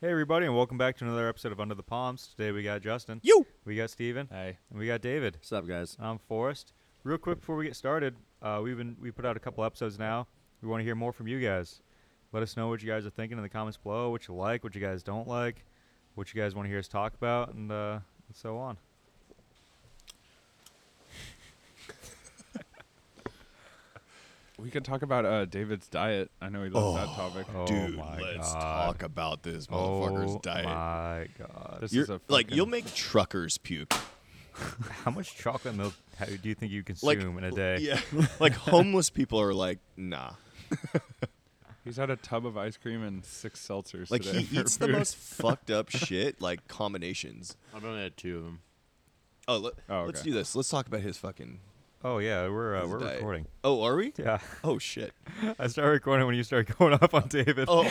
Hey everybody, and welcome back to another episode of Under the Palms. Today we got Justin, You. we got Steven, Hey. and we got David. What's up, guys? I'm Forrest. Real quick before we get started, uh, we've been we put out a couple episodes now. We want to hear more from you guys. Let us know what you guys are thinking in the comments below. What you like, what you guys don't like, what you guys want to hear us talk about, and, uh, and so on. We could talk about uh, David's diet. I know he loves that topic. Oh Dude, my let's God. talk about this motherfucker's Oh diet. my god! This You're, is a like you'll fucking- make truckers puke. How much chocolate milk ha- do you think you consume Like in a day? Yeah. like homeless people are like, nah. He's had a tub of ice cream and six seltzers. Like today he for eats the food. most fucked up shit, like combinations. I've only had two of them. Oh, let, Oh, let's okay. do this. Let's talk about his fucking Oh yeah, we're uh, his we're diet. recording. Oh, are we? Yeah, Oh shit. I started recording when you started going off on David. Oh.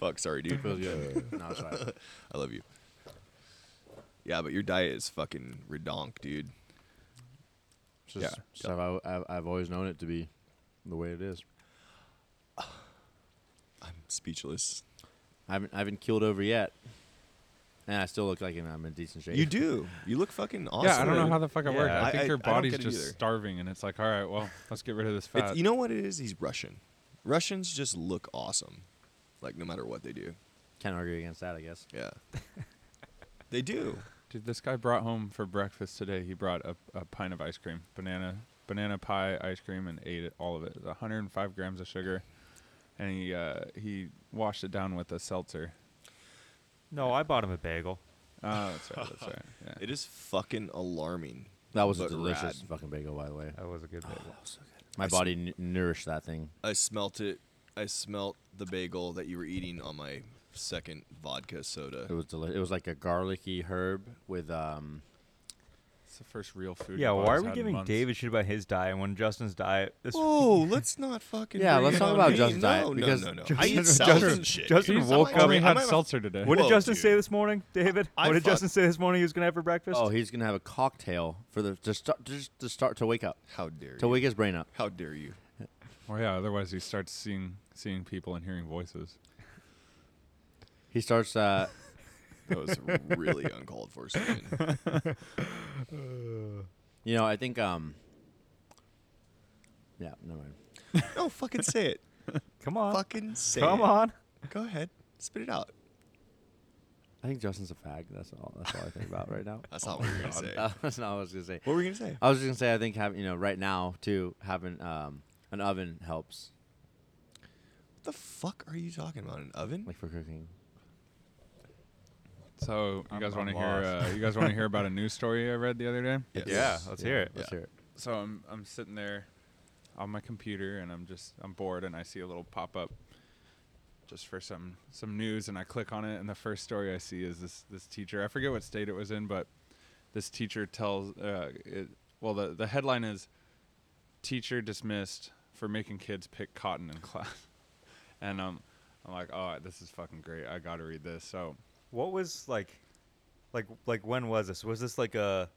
Fuck, sorry, dude. Feels good. no, it's fine. I love you. Yeah, but your diet is fucking redonk, dude. It's just stuff I, have I've always known it to be the way it is. I'm speechless. I haven't, I haven't killed over yet. And I still look like I'm in decent shape. You do. You look fucking awesome. Yeah, I don't know how the fuck it works. Yeah. I think I- I your don't body's get it just either. starving, and it's like, all right, well, let's get rid of this fat. It's, you know what it is? He's Russian. Russians just look awesome, like no matter what they do. Can't argue against that, I guess. Yeah, they do. Dude, this guy brought home for breakfast today. He brought a, a pint of ice cream, banana banana pie ice cream, and ate it, all of it. It was 105 grams of sugar, and he uh, he washed it down with a seltzer. No, I bought him a bagel. Oh, that's right. That's right. Yeah. It is fucking alarming. That was a But delicious rad. fucking bagel, by the way. That was a good bagel. My I body n- nourished that thing. I smelt it. I smelt the bagel that you were eating on my second vodka soda. It was delicious. It was like a garlicky herb with um. It's the first real food. Yeah, your why body's are we had in giving months. David shit about his diet when Justin's diet? This Oh, let's not fucking. Yeah, bring let's it talk on about me. Justin's no, diet, No, because- no, no, I Justin- eat salads Justin- and shit. Justin He's woke I might- up- only I had might- seltzer today. what did Whoa, Justin dude. say this morning, David? I what did fuck- Justin say this morning? He was gonna have for breakfast. Oh, he's gonna have a cocktail for the to start just to start to wake up How dare to you? wake his brain up. How dare you? Well, yeah. Otherwise, he starts seeing seeing people and hearing voices. He starts. Uh, That was really uncalled for. Steven. you know, I think um. Yeah, never mind. No, fucking say it. come on, Fucking say come it. on. Go ahead. Spit it out. I think Justin's a fag. That's all. That's all I think about right now. That's not what you're gonna say. That's not what I was gonna say. What were we gonna say? I was just gonna say I think having you know right now too having um an oven helps What the fuck are you talking about? An oven? like for cooking. So you I'm- guys want to I'm hear? lost. Uh, you guys want to hear about a news story I read the other day? Yeah, let's hear it. Let's Yeah. hear it. So I'm I'm sitting there on my computer and I'm just I'm bored and I see a little pop up just for some some news and I click on it and the first story I see is this this teacher I forget what state it was in but this teacher tells uh, it, well the the headline is teacher dismissed for making kids pick cotton in class and um I'm like oh this is fucking great I got to read this so What was like, like, like when was this? Was this like a,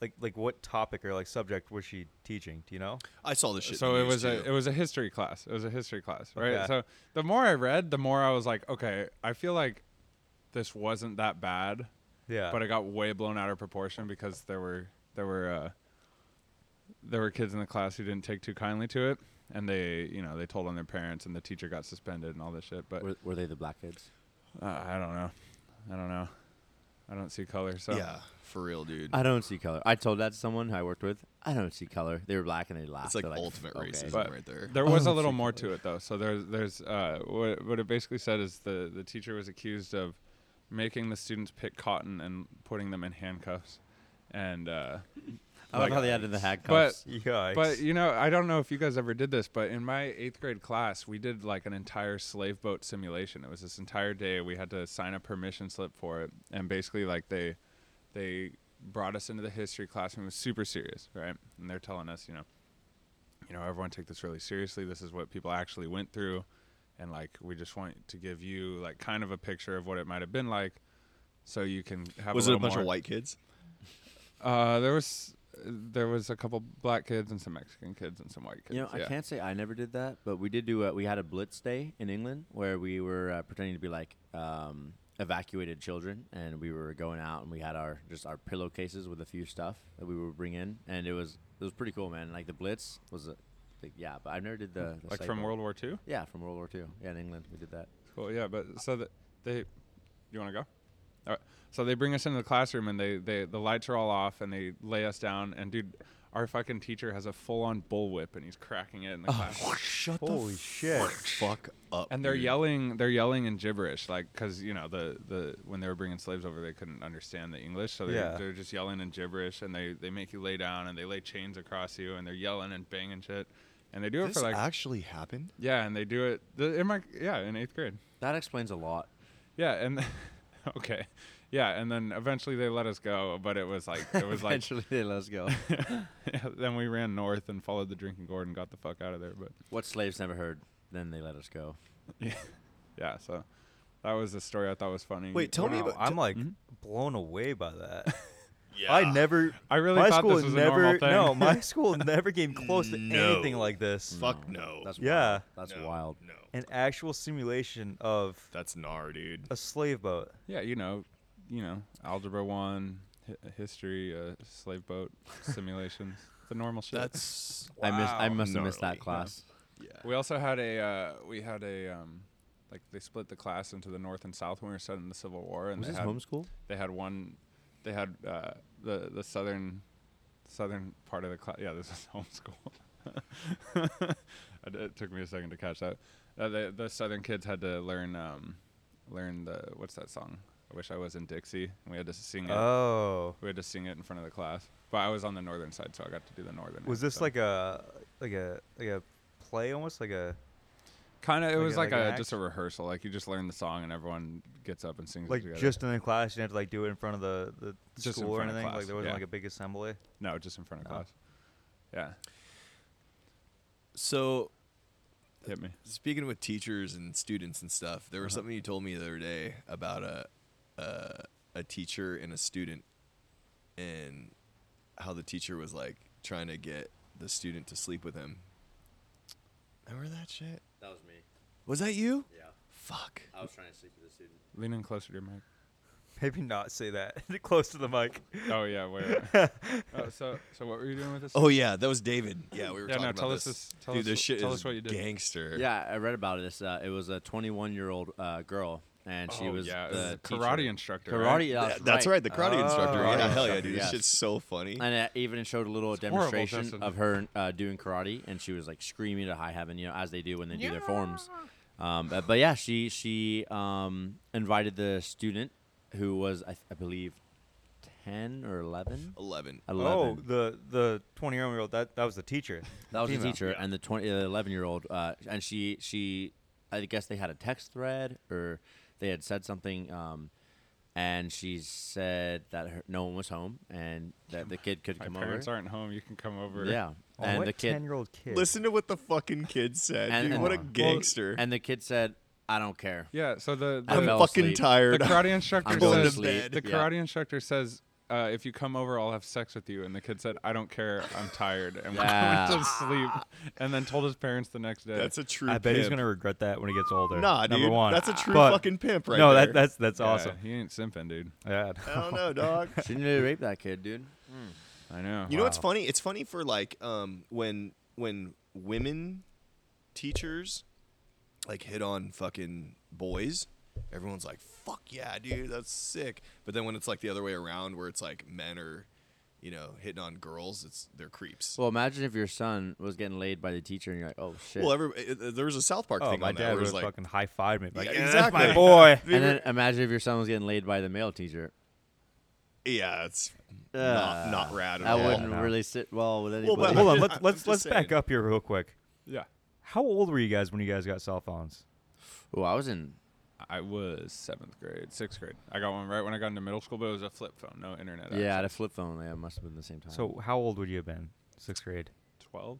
like, like what topic or like subject was she teaching? Do you know? I saw this shit. in so the it news, was a too. it was a history class. It was a history class, right? Okay. So the more I read, the more I was like, okay, I feel like this wasn't that bad, Yeah, but it got way blown out of proportion because there were there were uh, there were kids in the class who didn't take too kindly to it, and they you know they told on their parents, and the teacher got suspended and all this shit. But Were, were they the black kids? uh, I don't know, I don't know, I don't see color. So yeah, for real, dude. I don't see color. I told that to someone I worked with. I don't see color. They were black and they laughed. it's like They're ultimate okay. racism But right there. There was Oh, a little see, more to it though. So there's there's uh, what what it basically said is the the teacher was accused of making the students pick cotton and putting them in handcuffs, and uh, I like Like- how they added the hat But- cuffs. Yikes. but you know I don't know if you guys ever did this, but in my eighth grade class we did like an entire slave boat simulation. It was this entire day we had to sign a permission slip for it, and basically like they they brought us into the history class and it was super serious, right? And they're telling us, you know, you know, everyone take this really seriously. This is what people actually went through. And like, we just want to give you like kind of a picture of what it might have been like so you can have was a it a little bunch more- of white kids? Uh, there was there was a couple black kids and some Mexican kids and some white kids. You know, yeah. I can't say I never did that, but we did do. A, we had a blitz day in England where we were uh, pretending to be like um, evacuated children, and we were going out, and we had our just our pillowcases with a few stuff that we would bring in, and it was it was pretty cool, man. Like the blitz was a big, yeah, but I never did the, the Like site from one. World War II. Yeah, from World War II. Yeah, in England we did that. Cool. Yeah, but so that they, you want to go? All right. So they bring us into the classroom and they they the lights are all off and they lay us down and dude, our fucking teacher has a full on bullwhip and he's cracking it in the Oh, class. Shut Holy shit. fuck up. And they're dude. yelling, they're yelling in gibberish, like because you know the the when they were bringing slaves over, they couldn't understand the English, so they're, Yeah. they're just yelling in gibberish, and they they make you lay down, and they lay chains across you, and they're yelling and banging shit, and they do it This for like actually happened. yeah, and they do it th- in my yeah in eighth grade. That explains a lot. Yeah, and okay, yeah, and then eventually they let us go, but it was like it was like Eventually, they let us go. then we ran north and followed the drinking gourd and got the fuck out of there. But what slaves never heard? Then they let us go. yeah, yeah, so that was the story I thought was funny. Wait, tell me Wow, about. I'm t- Mm-hmm. like blown away by that. yeah. I never. I really my thought school this was a never. normal thing. Mm. No, my school never came close to No. anything like this. Fuck no. Mm. That's Yeah. Wild. That's No, wild. No. An actual simulation of That's gnar, dude. a slave boat. yeah, you know, you know, algebra one, hi- history, uh, slave boat simulations, the normal shit. That's. I miss. I must have missed Gnarly. that class. We also had a uh, we had a um, like they split the class into the north and south when we were studying the Civil War, and Was they this had homeschool? they had one they had uh, the the southern southern part of the class yeah this is homeschool I d- it took me a second to catch that uh, the, the southern kids had to learn um, learn the what's that song i wish i was in dixie and we had to sing it Oh, we had to sing it in front of the class but i was on the northern side so i got to do the northern was end, this so. like a like a like a play almost like a kind of it like was a- like, like a an just a act? rehearsal like you just learn the song and everyone gets up and sings it like together. just in the class? You didn't have to like do it in front of the the Just in school or front of anything. class, Like there wasn't yeah. like a big assembly. no just in front of Oh. class yeah So hit me speaking with teachers and students and stuff, there was something you told me the other day about a a, a teacher and a student, and how the teacher was like trying to get the student to sleep with him. Remember that shit? That was me. Was that you? Yeah. Fuck. I was trying to sleep with a student. lean in closer to your mic Maybe not say that close to the mic. Oh yeah, wait. wait. oh, so so what were you doing with this? Oh yeah, that was David. Yeah, we were Yeah, talking no, about tell us this. this- tell Dude, us this wh- shit tell is us what you did. gangster. Yeah, I read about this. Uh, it was a 21 year old uh, girl, and she Oh, was yeah, it was the a karate teacher. instructor. Karate. right? yeah, That- that's right. The karate instructor. Oh. Yeah, hell yeah, dude. Yes. This shit's so funny. And it even showed a little horrible, demonstration Justin. of her uh, doing karate, and she was like screaming to high heaven, you know, as they do when they do their forms. Um, but, but yeah, she she um, invited the student who was I, th- I believe 10 or 11. Eleven. 11. Oh, the the twenty year old that that was the teacher. That was the Female. teacher and the 20, uh, 11 year old. Uh, and she, she, I guess they had a text thread or they had said something. Um, and she said that her, no one was home and that the kid could My come over. parents aren't home. You can come over. Yeah. Oh, and the kid, ten year old Oh, kid. Listen to what the fucking kid said, And- dude. and- what a Well, gangster. and the kid said, I don't care. Yeah. So the I I'm the, fell fucking asleep. the tired. karate instructor uh, I'm going to says sleep. the Yeah. karate instructor says. Uh, if you come over, I'll have sex with you. And the kid said, "I don't care. I'm tired," and Yeah. went to sleep. And then told his parents the next day. That's a true. I bet he's pimp. gonna regret that when he gets older. Nah, number dude. one. That's a true But- fucking pimp, right no, there. that that's that's Yeah, awesome. He ain't simping, dude. Yeah. I don't know, dog. She nearly raped that kid, dude. I know. You know what's funny? It's funny for like um when when women teachers like hit on fucking boys, everyone's like, "Fuck yeah, dude, that's sick." But then when it's like the other way around, where it's like men are, you know, hitting on girls, it's they're creeps. Well, Well, imagine if your son was getting laid by the teacher and you're like, oh, shit. every it, it- there was a South Park Oh, thing my on that dad where would it's have like, fucking high fived me. Like, Yeah, yeah, that's my exactly. boy. and then imagine if your son was getting laid by the male teacher. yeah, it's Uh, not Ah, not rad at That all. wouldn't no. really sit well with anybody. Well, but- Hold on, I'm let's just let's let's back saying. up here real quick. Yeah. How old were you guys when you guys got cell phones? oh, I was in. I was seventh grade, sixth grade. I got one right when I got into middle school, but it was a flip phone, no internet. Yeah, I had a access. flip phone. Yeah, it must have been the same Oh. time. So how old would you have been? Sixth grade. twelve.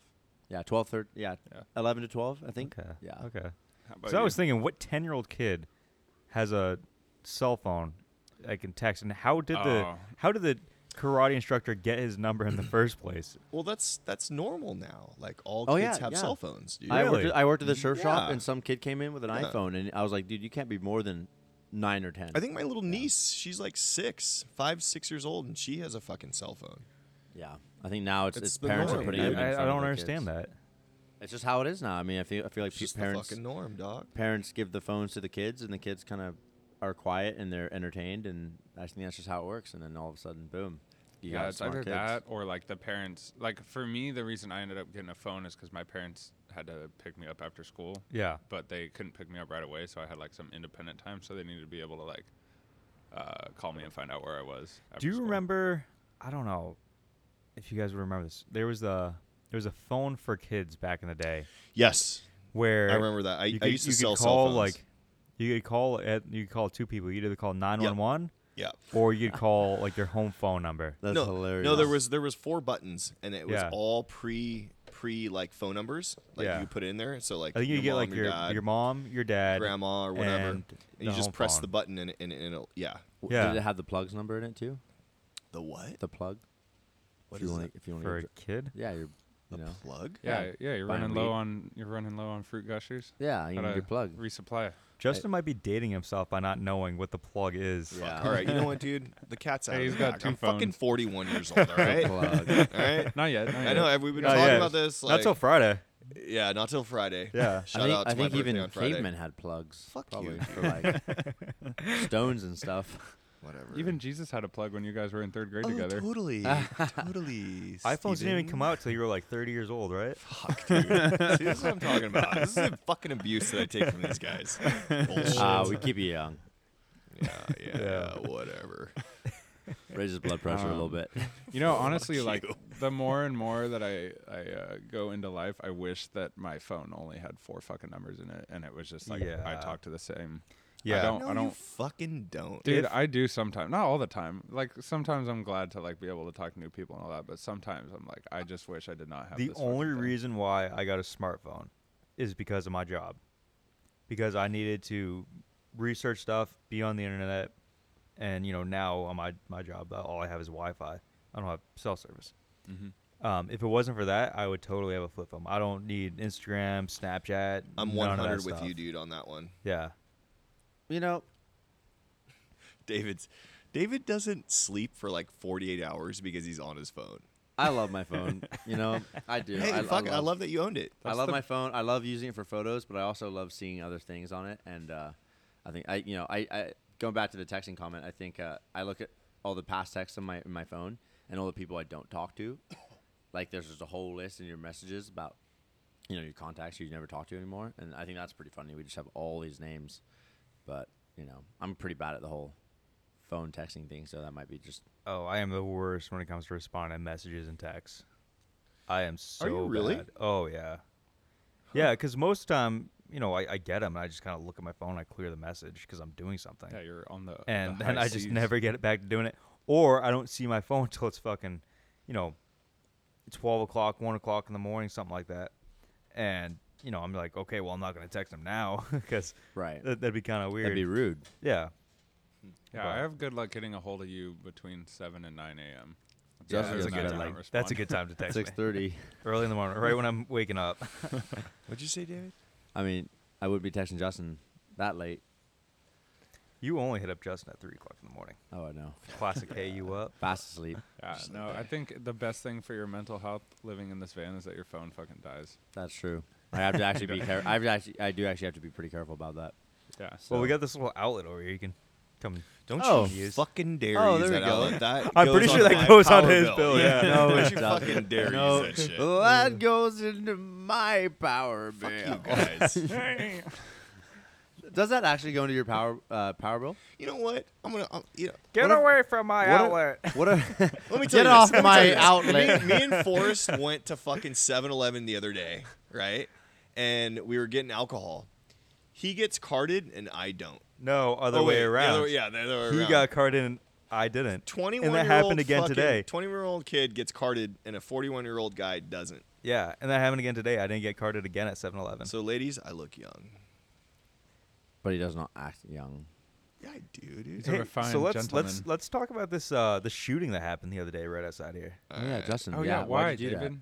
yeah, 12, 13, yeah, Yeah. 11 to 12, I think. Okay. Yeah. Okay. How about So I you? was thinking, what ten year old kid has a cell phone I can text, and how did the Oh. how did the karate instructor get his number in the first place? Well, that's that's normal now. Like all Oh, kids yeah, have yeah. cell phones. Dude. I worked. Really? At, I worked at the surf shop, Yeah. and some kid came in with an Yeah. iPhone, and I was like, "Dude, you can't be more than nine or 10. I think my little niece, she's like six, five, six years old, and she has a fucking cell phone. Yeah, I think now it's, It's it's, the parents norm. are putting. I, it in I- I front of don't their understand kids. that. It's just how it is now. I mean, I feel I feel like It's pe- just parents the fucking norm, dog. parents give the phones to the kids, and the kids kind of are quiet and they're entertained, and I think that's just how it works. And then all of a sudden, boom, you yeah, got it's smart either kids. that or like the parents. Like for me, the reason I ended up getting a phone is because my parents had to pick me up after school, Yeah. but they couldn't pick me up right away, so I had like some independent time. So they needed to be able to like uh, call me and find out where I was. After Do you school. remember? I don't know if you guys would remember this. There was the there was a phone for kids back in the day Yes, where I remember that. I, you I could- used to you could sell cell call phones. like you could call at you could call two people. You could either call nine one one yeah. or you could call like their home phone number. That's no, hilarious. No, there was there was four buttons, and it was Yeah. all pre pre like phone numbers. Like Yeah. you put it in there, so like I think you your get like mom, your dad, your mom, your dad, grandma or whatever. and And, the you home just press phone. the button, and, and, and it'll yeah. W- yeah. Did it have the plugs number in it too? The what? The plug. What if you is wanna, it? If you want for a to, kid. yeah, you're, The you know, plug? Yeah, Yeah, yeah, you're buying running low weed. on you're running low on fruit gushers. yeah, you Gotta need your plug. resupply. Justin might be dating himself by not knowing what the plug is. Yeah. All right, you know what, dude? The cat's out. Hey, of he's the got bag. two I'm fucking phones. 41 years old. All right, all Plug. right. Not yet. Not I yet. know. Have we been Oh, talking yeah. about this? Like, Not till Friday. yeah, not till Friday. Yeah. Shout I think, out to I my think birthday even on Friday. cavemen had plugs. Fuck you, probably for like stones and stuff. Whatever. Even Jesus had a plug when you guys were in third grade oh, together. totally, Ah. totally. iPhones didn't even Steven. come out till you were like 30 years old, right? Fuck, dude. See, this is what I'm talking about. This is the fucking abuse that I take from these guys. Bullshit. Ah, we keep you young. yeah, yeah, whatever. Raises blood pressure a little bit. You know, honestly, like you. the more and more that I I uh, go into life, I wish that my phone only had four fucking numbers in it, and it was just like I Yeah. talk to the same. Yeah. I don't. No, I you don't. fucking don't. Dude, If- I do sometimes. Not all the time. Like sometimes I'm glad to like be able to talk to new people and all that, but sometimes I'm like, I just wish I did not have. the this fucking only thing. reason why I got a smartphone is because of my job. Because I needed to research stuff, be on the internet, and you know now on my my job, uh, all I have is Wi-Fi. I don't have cell service. Mm-hmm. Um, if it wasn't for that, I would totally have a flip phone. I don't need Instagram, Snapchat. I'm none of that 100 with stuff. you, dude, on that one. Yeah, You know, David's David doesn't sleep for like 48 hours because he's on his phone. I love my phone. You know, I do. hey, I, fuck, it. I I love that you owned it. I love my phone. I love using it for photos, but I also love seeing other things on it. And uh, I think I, you know, I, I going back to the texting comment. I think uh, I look at all the past texts on my in my phone and all the people I don't talk to. Like there's just a whole list in your messages about, you know, your contacts you never talk to anymore. And I think that's pretty funny. We just have all these names, but you know, I'm pretty bad at the whole phone texting thing, so that might be just Oh, I am the worst when it comes to responding to messages and texts. I am so you really? bad. Oh yeah, yeah. Because most of the time, you know, I, I get them and I just kind of look at my phone. I clear the message because I'm doing something, Yeah, you're on the. uh, the and high then I just seas. never get it back to doing it. Or I don't see my phone until it's fucking, you know, twelve o'clock, one o'clock in the morning, something like that. And you know, I'm like, okay, well, I'm not gonna text them now because Right. that'd be kind of weird. that'd be rude. yeah, Yeah, I have good luck getting a hold of you between seven and nine a.m. Yeah, that's, it's a not good that time. I That's a good time to text me. Six thirty. Early in the morning, right when I'm waking up. What'd you say, David? I mean, I would be texting Justin that late. You only hit up Justin at three o'clock in the morning. Oh, I know. Classic hey you up. Fast asleep. Yeah, no, I think the best thing for your mental health living in this van is that your phone fucking dies. That's true. I have to actually be careful. I've actually, I do actually have to be pretty careful about that. Yeah. Well, we So- got this little outlet over here. You can come. Don't Oh. you fucking dare Oh, use there that we go. outlet. That I'm goes pretty sure on that my goes on power his bill, yeah. No, Don't it you doesn't. fucking dare No. use that shit. Oh, That goes into my power Fuck bill. you guys. Does that actually go into your power uh, power bill? you know what? I'm gonna. I'm, you know, Get What if- away from my what if- outlet. What a Let me Get tell you off this. Let me my tell you this. Me, outlet. me and Forrest went to fucking 7-Eleven the other day, right? And we were getting alcohol. He gets carded and I don't. no, other Oh, way wait, the around. other- yeah, the other way he around. got carded and I didn't. 21 And that year old happened again fucking- today. 21-year-old kid gets carded and a 41-year-old guy doesn't. Yeah, and that happened again today. I didn't get carded again at 7-Eleven. So ladies, I look young. but he does not act young. Yeah, I do, dude. He's a refined so let's let's gentleman. let's talk about this uh the shooting that happened the other day right outside here. Oh, yeah, Justin. oh yeah, yeah, why, did you do that? David?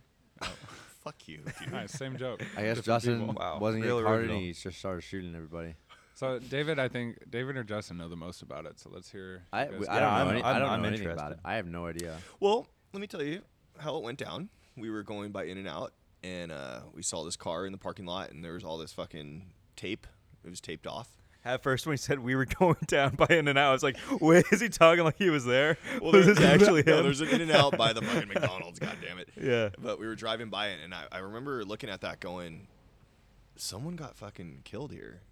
Fuck you, All right, same joke. I guess Different Justin people. Wow, wasn't real getting carded and original. he just started shooting everybody. So David, I think David or Justin know the most about it. So let's hear. I, you we- guys' I Yeah, don't know. I'm- any- I I'm- don't I'm know anything about it. interested. I have no idea. Well, let me tell you how it went down. We were going by In and Out, and uh, we saw this car in the parking lot, and there was all this fucking tape. It was taped off. At first, when he said we were going down by In and Out, I was like, "Wait, is he talking like he was there? was this actually no, him?" there's an In and Out by the fucking McDonald's. God damn it. yeah, But we were driving by it, and I, I remember looking at that, going, "Someone got fucking killed here."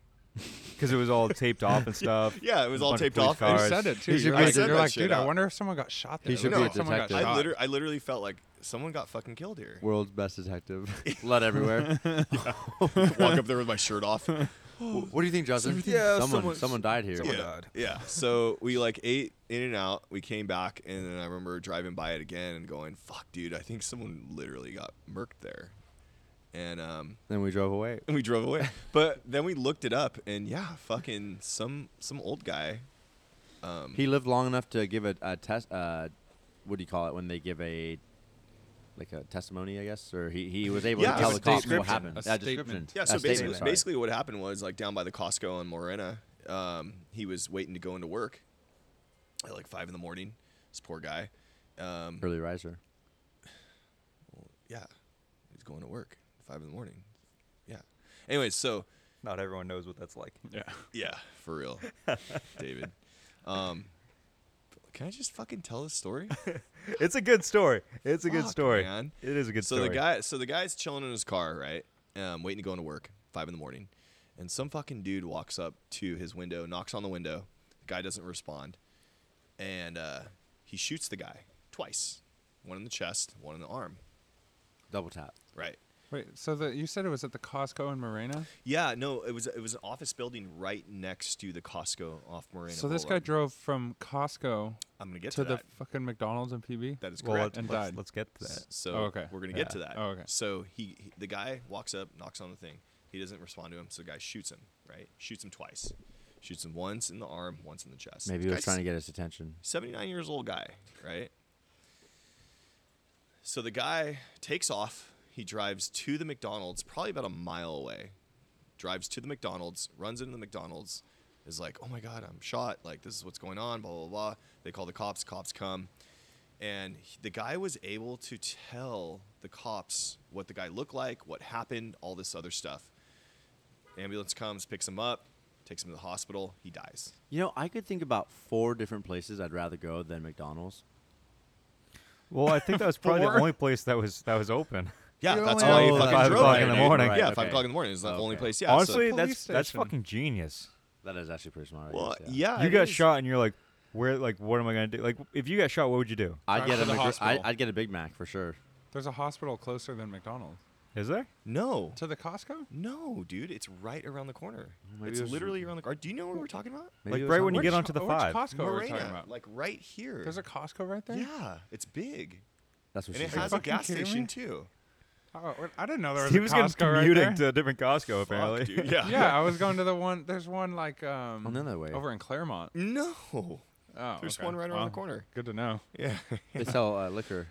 because it was all taped off and stuff. Yeah, it was A all bunch of taped police off. You cars. said it too. He should You're be a like, de- you're that like, shit dude, out. I wonder if someone got shot. There. He should Look be like a someone got detective. shot. I literally, I literally felt like someone got fucking killed here. World's best detective. Blood everywhere. Walk up there with my shirt off. Oh Wh- what do you think, Justin? Yeah, someone, someone, someone- died here. someone yeah. died. Yeah. So we like ate in and out. We came back, and then I remember driving by it again and going, "Fuck, dude! I think someone literally got murked there." And um, Then we drove away. and we drove away. but then we looked it up, and yeah, fucking some some old guy. Um, He lived long enough to give a, a test. Uh, what do you call it when they give a like a testimony? I guess, or he, he was able Yeah, to tell a the cops what statement. happened. A yeah, statement. description. yeah. A So statement, basically, sorry. basically, what happened was like down by the Costco on Morena, um, he was waiting to go into work at like five in the morning. This poor guy. Um, early riser. yeah, he's going to work five in the morning. Yeah. Anyways, so Not everyone knows what that's like. Yeah. Yeah, for real, David. Um, can I just fucking tell this story? It's a good story. It's a good Fuck, story. man. It is a good so story. the guy, so the guy's chilling in his car, right? Um, waiting to go into work, five in the morning, and some fucking dude walks up to his window, knocks on the window. The guy doesn't respond, and uh, he shoots the guy twice, one in the chest, one in the arm. Double tap. Right. Wait. So the you said it was at the Costco in Morena. Yeah. No, it was it was an office building right next to the Costco off Moreno. So this guy Boulevard. drove from Costco I'm gonna get to, to the that. fucking McDonald's and PB. that is well, correct. let's, and let's, died. let's get to that. So Oh, okay. we're gonna Yeah. get to that. Oh, okay. So he, he- the guy walks up, knocks on the thing. He doesn't respond to him, so the guy shoots him. Right, shoots him twice. Shoots him once in the arm, once in the chest. Maybe he was trying to get his attention. Seventy-nine years old guy, right? So the guy takes off. He drives to the McDonald's, probably about a mile away. Drives to the McDonald's, runs into the McDonald's, is like, "Oh my god, I'm shot! Like this is what's going on." Blah blah blah. They call the cops. Cops come and he- the guy was able to tell the cops what the guy looked like, what happened, all this other stuff. Ambulance comes, picks him up, takes him to the hospital. He dies. You know, I could think about four different places I'd rather go than McDonald's. Well, I think that was probably the Four? only place that was that was open. Yeah, You that's only why have he fucking Oh, five drove o'clock there, in the dude. morning. Yeah, Right, five okay. o'clock in the morning is the only Okay. place. Yeah, so- Honestly, Police that's that's station. fucking genius. That is actually pretty smart. I well, guess, yeah, you it got is. shot, and you're like, where? Like, what am I gonna do? Like, if you got shot, what would you do? I'd Drive get to a the McDo- I, hospital. I'd get a Big Mac for sure. There's a hospital closer than McDonald's. Is there? No, To the Costco? no, dude, it's right around the corner. Maybe it's it was- literally around the corner. Do you know what we're talking about? Maybe it like was right on when you Wednesday. get onto the which five. Costco are we Morena, talking about? like right here. There's a Costco right there? yeah, it's big, That's what and she it said. has a fucking gas kidding me? station too. Oh, wait, I didn't know there was He a was gonna Costco right commuting there. to a different Costco Fuck, Oh, apparently. dude, yeah. yeah, I was going to the one. There's one like um On the other way. over in Claremont. No, Oh, there's okay. one right around Well, the corner. Good to know. Yeah. They sell uh, liquor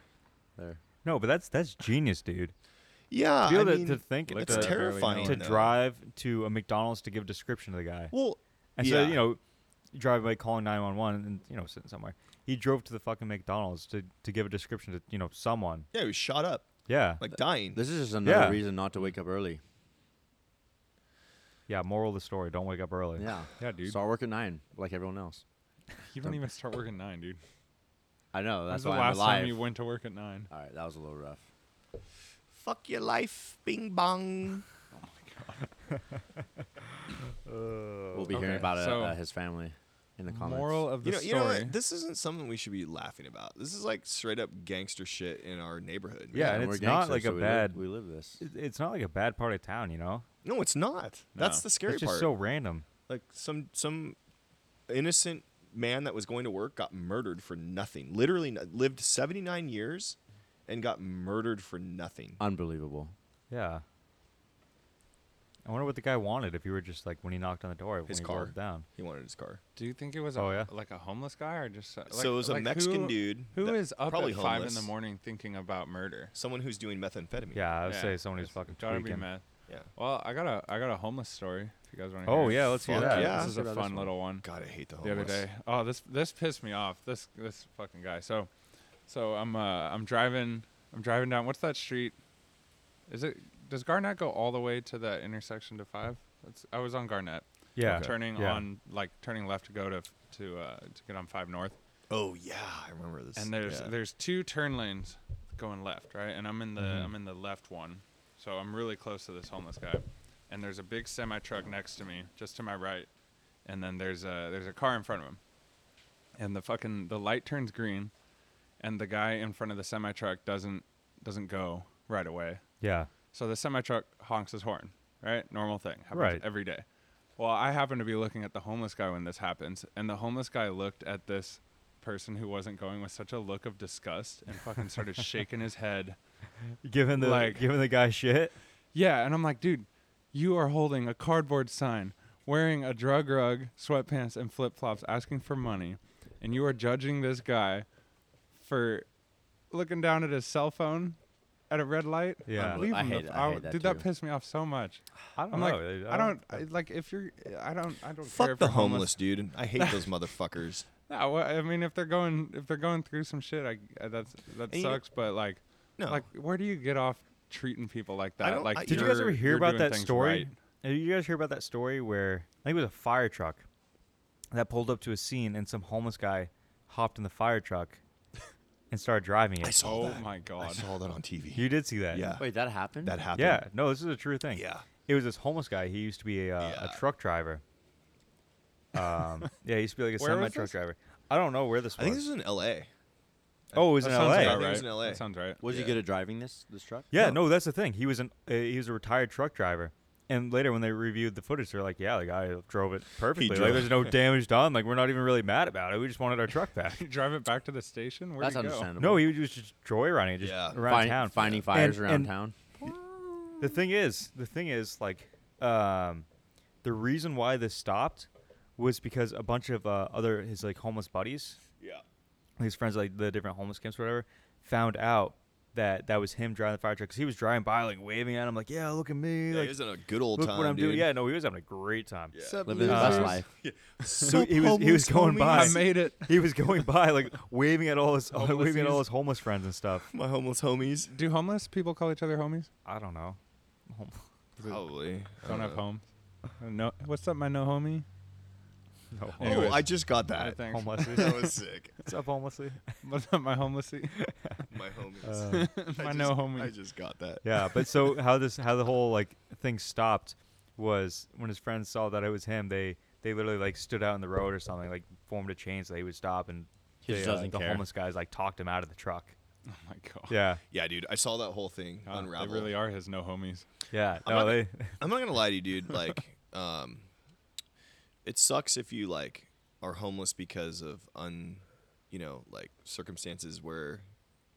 there. No, but that's that's genius, dude. Yeah, To be I able to- mean, to think Look it's to, at that. terrifying to though. drive to a McDonald's to give description to the guy. Well, And so, yeah. you know, drive by calling 911 and, you know, sitting somewhere. He drove to the fucking McDonald's to, to give a description to, you know, someone. yeah, he was shot up, Yeah. like dying. This is just another Yeah. reason not to wake up early. yeah, moral of the story, don't wake up early. Yeah. Yeah, dude. Start work at nine, like everyone else. You don't even start work at nine, dude. I know. When's That's the why last I'm alive. time you went to work at nine? All right, that was a little rough. Fuck your life, bing bong. We'll be okay, hearing about uh, so- uh, his family in the comments. Moral of the You know, story. you know what? This isn't something we should be laughing about. This is like straight up gangster shit in our neighborhood. man. Yeah, and we're it's not gangsters, like a so we bad- Live, we live this. It- It's not like a bad part of town, you know? No, it's not. That's the scary it's just part. so random. like some some innocent man that was going to work got murdered for nothing. Literally no- lived 79 years and got murdered for nothing. Unbelievable. Yeah. I wonder what the guy wanted if you were just like when he knocked on the door when His he car. rolled down. He wanted his car. Do you think it was Oh, a, yeah? like a homeless guy or just uh, like, so it was a like who- Mexican dude. Who that- is up probably at five in homeless. the morning thinking about murder? Someone who's doing methamphetamine. Yeah, I would Yeah, say someone who's it's fucking gotta be tweaking. meth. Yeah. Well, I got a I got a homeless story. If you guys want to. Oh yeah, let's hear Fuck that. yeah. This is a Let's hear about this fun one. little one. God, I hate the the homeless. other day. Oh, this this pissed me off. This this fucking guy. So, so I'm uh I'm driving I'm driving down. What's that street? Is it does Garnett go all the way to that intersection to five? That's, I was on Garnett. Yeah, I'm turning yeah. on like turning left to go to to uh to get on five north. Oh yeah, I remember this. And there's yeah. there's two turn lanes going left, right? And I'm in the Mhm. I'm in the left one, so I'm really close to this homeless guy. And there's a big semi truck next to me, just to my right, and then there's a there's a car in front of him. And the fucking the light turns green, and the guy in front of the semi truck doesn't doesn't go right away. Yeah. So the semi truck honks his horn, right? Normal thing. Happens Right. every day. Well, I happened to be looking at the homeless guy when this happens, and the homeless guy looked at this person who wasn't going with such a look of disgust and fucking started shaking his head. Giving the Like- giving the guy shit. Yeah, and I'm like, dude, you are holding a cardboard sign, wearing a drug rug, sweatpants, and flip flops, asking for money, and you are judging this guy for looking down at his cell phone at a red light. Yeah. Leave I him the hate- f- I I hate would- that dude, that too. pissed me off so much. I don't I'm know. like, I don't, I like if you're, I don't, I don't care fuck if the you're homeless, dude. I hate those motherfuckers. No, well, I mean if they're going, if they're going through some shit, I, uh, that's that And you- sucks. But like, No. like where do you get off treating people like I that? don't- Like, I- Did you you're- guys ever hear you're about doing that things story? right. Did you guys hear about that story where I think it was a fire truck that pulled up to a scene and some homeless guy hopped in the fire truck and started driving I it. saw Oh that. my I god! saw that on TV. You did see Ah, that. yeah, Wait, that happened? that happened. Yeah. No, this is a true thing. Yeah. It was this homeless guy. He used to be a, uh, Yeah. a truck driver. Um, yeah, he used to be like a Where semi was truck this? driver. I don't know where this I was. think this was in L.A. oh, it was That in sounds L.A. about I think it was right. in LA. That sounds right. Was he Yeah. good at driving this this truck? Yeah, no, that's the thing. He was an uh, he was a retired truck driver, and later when they reviewed the footage, they're like, "Yeah, the guy drove it perfectly. Like, drove- there's no damage done. Like, we're not even really mad about it. We just wanted our truck back." You drive it back to the station. Where That's do you understandable. no, he was just joyriding it just Yeah. around Fin- town. Finding fires And- around and- town. The thing is, the thing is, like, um, the reason why this stopped was because a bunch of uh, other his like homeless buddies, Yeah. his friends, like the different homeless camps, or whatever, found out that that was him driving the fire truck because he was driving by, like waving at him, like, "Yeah, look at me, Yeah, like, he was in a good old look time, what I'm dude. doing." Yeah, no, he was having a great time. Yeah. Living his best Uh, life. So he was he was going go? by. I made it, he was going by like waving at all his Homeless waving at all youth. his homeless friends and stuff. My homeless homies. Do homeless people call each other homies? I don't know. Hom- Probably. Don't have Uh, homes. No, what's up, my no homie? No, Oh, Anyways. I just got Uh, that. thanks. homelessly. that was sick. What's up, homelessly? What's up, my homelessy? My homies. Uh, my I no just- homie. I just got that. yeah, but so how this how the whole like thing stopped was when his friends saw that it was him. They they literally like stood out in the road or something, like formed a chain so they would stop and He just they, uh, doesn't the care. homeless guys like talked him out of the truck. oh my god. Yeah, Yeah, dude. I saw that whole thing God, unravel. Ah, They really are his no homies. yeah. I'm No, not- they I'm not gonna lie to you, dude. Like, um, it sucks if you like are homeless because of un, you know, like circumstances where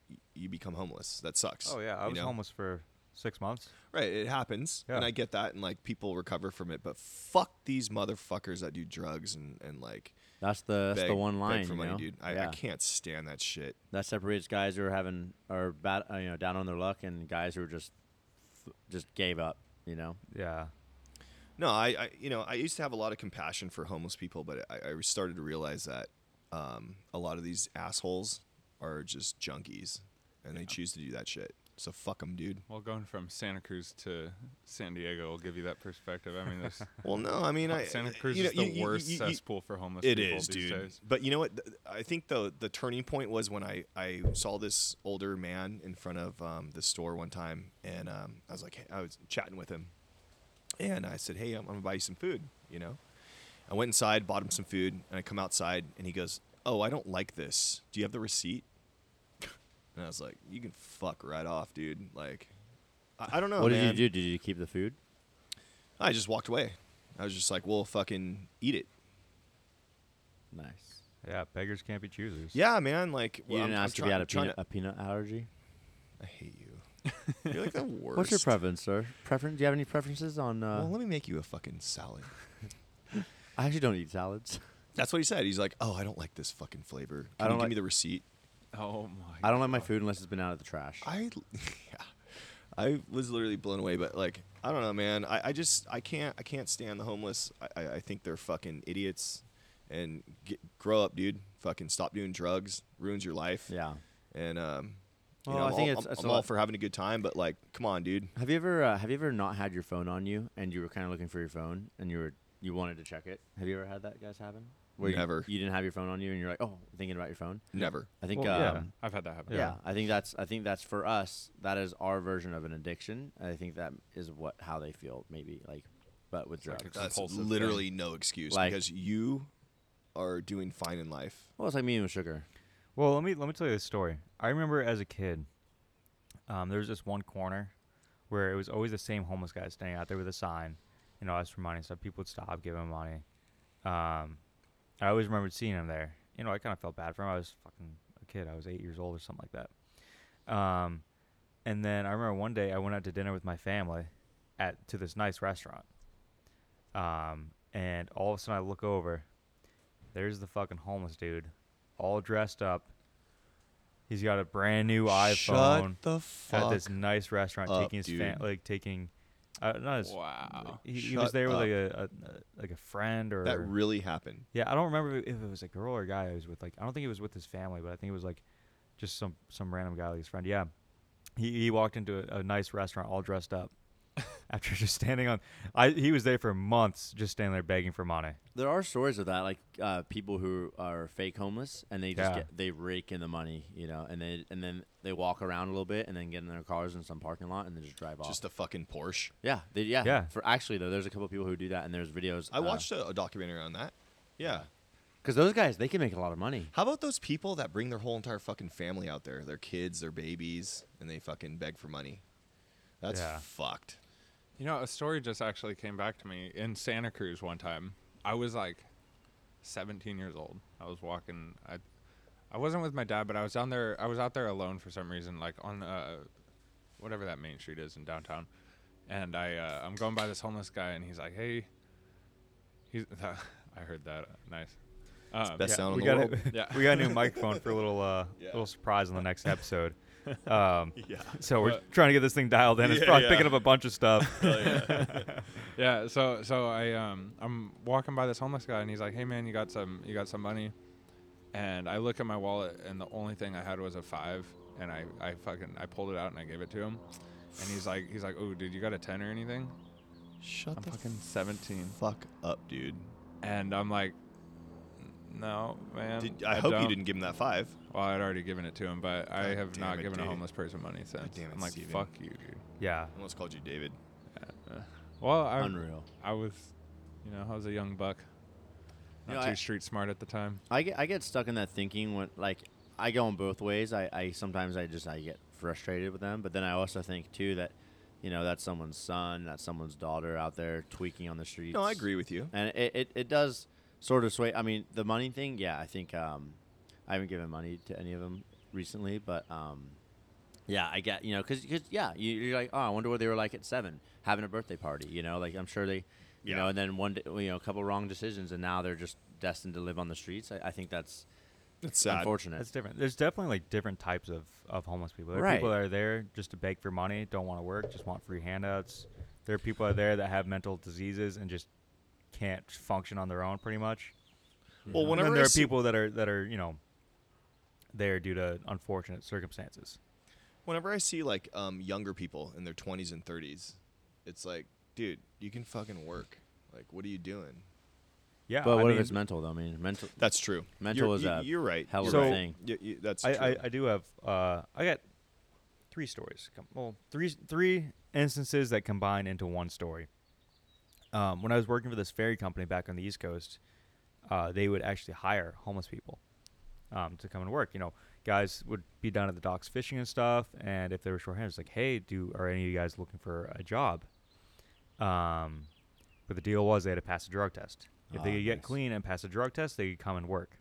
y- you become homeless. That sucks. Oh yeah, I you was know? homeless for six months. Right, it happens, and Yeah. I get that, and like people recover from it. But fuck these motherfuckers that do drugs and and like That's the that's beg, the one beg line, for you money, know? dude. I, yeah. I can't stand that shit. That separates guys who are having are bad, uh, you know, down on their luck, and guys who are just f- just gave up. You know, Yeah, No, I, I you know I used to have a lot of compassion for homeless people, but I, I started to realize that um, a lot of these assholes are just junkies, and they choose to do that shit. So fuck them, dude. Well, going from Santa Cruz to San Diego will give you that perspective. I mean, there's Well, no, I mean, I, Santa Cruz you know, is the you- you- worst you- you- cesspool for homeless It people is, these dude. days. But you know what? Th- I think the the turning point was when I I saw this older man in front of um, the store one time, and um, I was like, I was chatting with him, and I said, "Hey, I'm, I'm gonna buy you some food," you know. I went inside, bought him some food, and I come outside, and he goes, "Oh, I don't like this. Do you have the receipt?" And I was like, "You can fuck right off, dude." Like, I, I don't know. what Oh, man. did you do? Did you keep the food? I just walked away. I was just like, "Well, fucking eat it." Nice. yeah. Beggars can't be choosers. Yeah, man. Like, You well, didn't I'm, ask I'm if you try- had a trying peanut, to- a peanut allergy. I hate you. You're like the worst. What's your preference, sir? Preference? Do you have any preferences on? Uh, Well, let me make you a fucking salad. I actually don't eat salads. That's what he said. He's like, "Oh, I don't like this fucking flavor. Can I don't you give like- me the receipt." Oh my. I don't like my food unless it's been out of the trash. I, yeah, I was literally blown away. But like, I don't know, man. I, I just I can't I can't stand the homeless. I, I, I think they're fucking idiots. And get, grow up, dude. Fucking stop doing drugs. Ruins your life. yeah. And um, you Well, know, I I'm think all, it's- I'm, it's a I'm all lot- for having a good time, but like, come on, dude. Have you ever uh, have you ever not had your phone on you and you were kind of looking for your phone and you were you wanted to check it? Have you ever had that guys happen? you- Never. You, didn't have your phone on you and you're like, oh, thinking about your phone. Never. I think. Well, yeah. um, I've had that happen. yeah. I think that's I think that's for us. That is our version of an addiction. I think that is what how they feel maybe like, but with like drugs. a- That's Compulsive thing. literally no excuse Like- because you are doing fine in life. well, it's like me and with sugar. Well, let me let me tell you this story. I remember as a kid, um, there was this one corner where it was always the same homeless guy standing out there with a sign, you know, ask for money and stuff. People would stop, give him money. Um, I always remembered seeing him there. You know, I kind of felt bad for him. I was fucking a kid. I was eight years old or something like that. Um, and then I remember one day I went out to dinner with my family at to this nice restaurant. Um, and all of a sudden I look over. There's the fucking homeless dude, all dressed up. He's got a brand new iPhone Shut the at fuck. this nice restaurant, up, taking his fan, dude. like taking, uh, not his. Wow. He, he was Shut there up. with like a, a, a like a friend or that really happened. yeah. I don't remember if it was a girl or a guy. I was with like I don't think it was with his family, but I think it was like just some some random guy like his friend. Yeah, he he walked into a, a nice restaurant all dressed up after just standing on. I he was there for months just standing there begging for money. There are stories of that, like uh, people who are fake homeless and they just Yeah. get they rake in the money, you know, and they and then they walk around a little bit and then get in their cars in some parking lot and then just drive off. Just a fucking Porsche. yeah, they, yeah, Yeah. For actually though, there's a couple of people who do that and there's videos. I watched a, a documentary on that. Yeah. because those guys they can make a lot of money. How about those people that bring their whole entire fucking family out there, their kids, their babies, and they fucking beg for money? That's Yeah. fucked. You know, a story just actually came back to me in Santa Cruz one time. I was like 17 years old. I was walking. I, I wasn't with my dad, but I was down there. I was out there alone for some reason, like on uh, whatever that main street is in downtown. And I, uh, I'm going by this homeless guy, and he's like, "Hey." He's. I heard that. Nice. Um, Best sound in we the got world. a- Yeah. we got a new microphone for a little uh, Yeah. little surprise on the next episode. Um, Yeah. So we're But- trying to get this thing dialed in. It's Yeah, probably yeah. picking up a bunch of stuff. yeah so so i um i'm walking by this homeless guy and he's like hey man you got some you got some money and i look at my wallet and the only thing i had was a five and i i fucking i pulled it out and i gave it to him and he's like he's like oh dude you got a 10 or anything Shut i'm the fucking 17 fuck up, dude. and i'm like no man Did, Um, I, hope you don't." didn't give him that five. well i'd already given it to him but i God have damn not it, given dude. a homeless person money since damn it, i'm like Steven. fuck you dude yeah. I almost called you David. well i Unreal. i was you know i was a young buck You not know, too I- street smart at the time I get I get stuck in that thinking when like I go in both ways. I, I sometimes I just I get frustrated with them, but then I also think too that you know that's someone's son, that's someone's daughter out there tweaking on the streets. No, I agree with you. and it, it, it does sort of sway. I mean, the money thing, yeah, I think um, I haven't given money to any of them recently, but um, yeah, I get you know because yeah, you, you're like, oh, I wonder what they were like at seven having a birthday party, you know, like I'm sure they, you know, Yeah. and then one day, you know a couple wrong decisions and now they're just destined to live on the streets. I, I think that's That's sad. unfortunate. That's different. There's definitely like different types of, of homeless people. There are people that Right. are there just to beg for money, don't want to work, just want free handouts. There are people out there that have mental diseases and just can't function on their own pretty much. Well, and whenever then I there are see- people that are that are, you know, there due to unfortunate circumstances. whenever I see like um, younger people in their 20s and 30s, it's like, dude, you can fucking work. Like, what are you doing? Yeah. but I what mean, if it's mental though? I mean, mental. That's true. Mental you're, is you- a you're right. hell you're of a right. thing. Y- y- that's true. I, I, I do have uh, I got three stories. com- Well, three three instances that combine into one story. Um, when I was working for this ferry company back on the East Coast, uh, they would actually hire homeless people um, to come and work. You know, guys would be down at the docks fishing and stuff, and if they were short-handed, it's like, hey, do are any of you guys looking for a job? Um, but the deal was they had to pass a drug test. If they Ah, could get nice. clean and pass a drug test, they could come and work.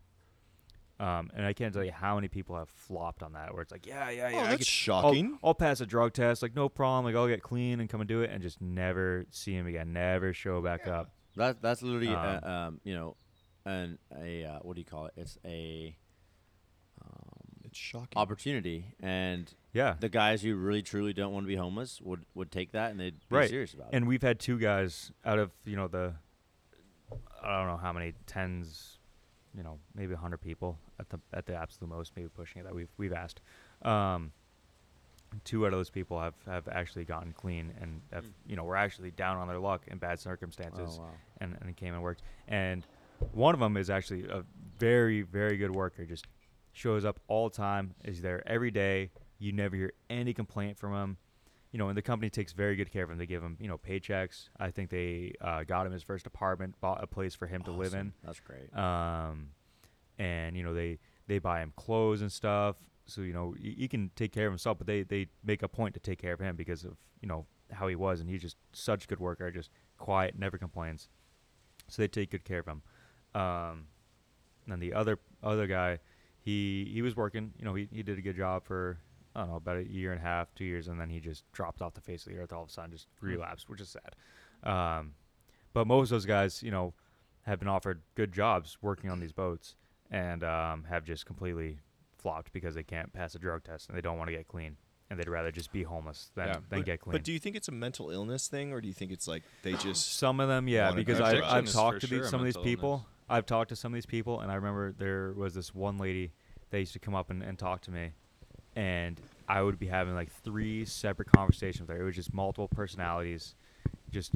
Um, and I can't tell you how many people have flopped on that, where it's like, yeah, yeah, yeah. Oh, I that's could- shocking. I'll, I'll pass a drug test, like no problem. Like I'll get clean and come and do it, and just never see him again, never show back up. That that's literally uh Um, um, you know, an a uh, what do you call it? It's a It's shocking. opportunity, and Yeah, the guys who really truly don't want to be homeless would would take that and they'd be Right. serious about it. and we've had two guys out of you know the, I don't know how many tens, you know maybe hundred people at the at the absolute most, maybe pushing it that we've we've asked. Um, two out of those people have have actually gotten clean and Mm. have, you know were actually down on their luck in bad circumstances. oh wow. and, and came and worked. And one of them is actually a very, very good worker. Just shows up all the time, is there every day. You never hear any complaint from him. You know, and the company takes very good care of him. They give him, you know, paychecks. I think they uh, got him his first apartment, bought a place for him to live in. That's great. Um, and you know they they buy him clothes and stuff. So you know he, he can take care of himself, but they they make a point to take care of him because of you know how he was, and he's just such a good worker, just quiet, never complains. So they take good care of him. Um, and then the other other guy, he he was working. You know he he did a good job for. I don't know, about a year and a half, two years, and then he just dropped off the face of the earth all of a sudden, just Mm-hmm. relapsed, which is sad. Um, but most of those guys, you know, have been offered good jobs working on these boats and um, have just completely flopped because they can't pass a drug test and they don't want to get clean and they'd rather just be homeless than, Yeah. than but, get clean. But do you think it's a mental illness thing, or do you think it's like they just some of them, yeah, Wanna because go I, drugs. I've Addiction is talked for to these, sure a some of these mental people. illness. I've talked to some of these people, and I remember there was this one lady that used to come up and, and talk to me, and I would be having like three separate conversations with her. It was just multiple personalities, just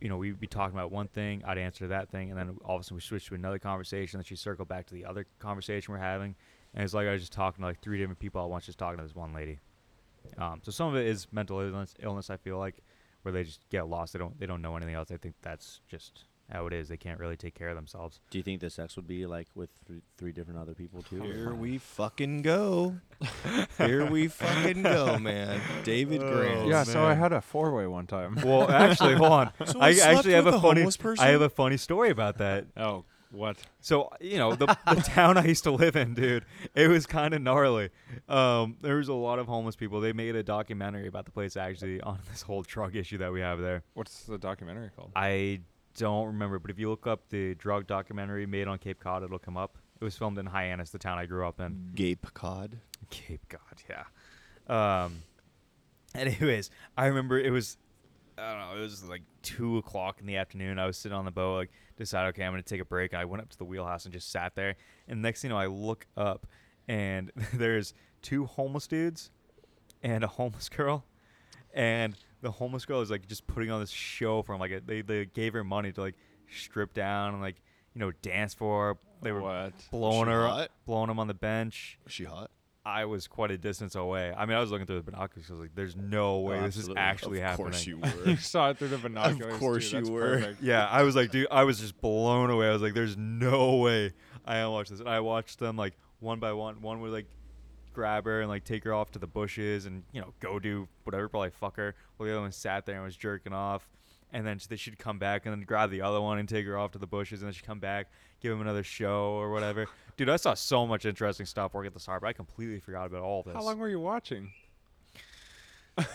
you know, we'd be talking about one thing, I'd answer that thing, and then all of a sudden we switched to another conversation, and she circled back to the other conversation we're having, and it's like I was just talking to like three different people at once, just talking to this one lady. Um, so some of it is mental illness, illness. I feel like where they just get lost. They don't they don't know anything else. I think that's just how it is. They can't really take care of themselves. Do you think the sex would be like with three, three different other people too? here we fucking go? here we fucking go, man. David Grant. yeah, so I had a four way one time. Well, actually, hold on. So we I slept actually have with a a funny. homeless person? I have a funny story about that. oh, what? So you know the the town I used to live in, dude. It was kind of gnarly. Um, there was a lot of homeless people. They made a documentary about the place actually on this whole drug issue that we have there. What's the documentary called? I don't remember, but if you look up the drug documentary made on Cape Cod, it'll come up. It was filmed in Hyannis, the town I grew up in. Gape Cod. Cape Cod, yeah. Um. Anyways, I remember it was, I don't know, it was like two o'clock in the afternoon. I was sitting on the boat, like decided, okay, I'm gonna take a break. And I went up to the wheelhouse and just sat there. And next thing you know, I look up, and there's two homeless dudes, and a homeless girl, and the homeless girl is like just putting on this show for him. Like they they gave her money to like strip down and like you know dance for. Her. They were what? blowing She her, hot? blowing him on the bench. Was she hot? I was quite a distance away. I mean, I was looking through the binoculars. 'cause I was like, "There's no way this is actually Oh, absolutely. of happening." course you You were. saw it through the binoculars. course too. you That's were. perfect. yeah, I was like, dude, I was just blown away. I was like, "There's no way I am watching this." And I watched them like one by one. One would like grab her and like take her off to the bushes and you know go do whatever, probably fuck her. While the other one sat there and was jerking off. And then they should come back and then grab the other one and take her off to the bushes and then she'd come back, give him another show or whatever. Dude, I saw so much interesting stuff working at this harbor. I completely forgot about all this. How long were you watching?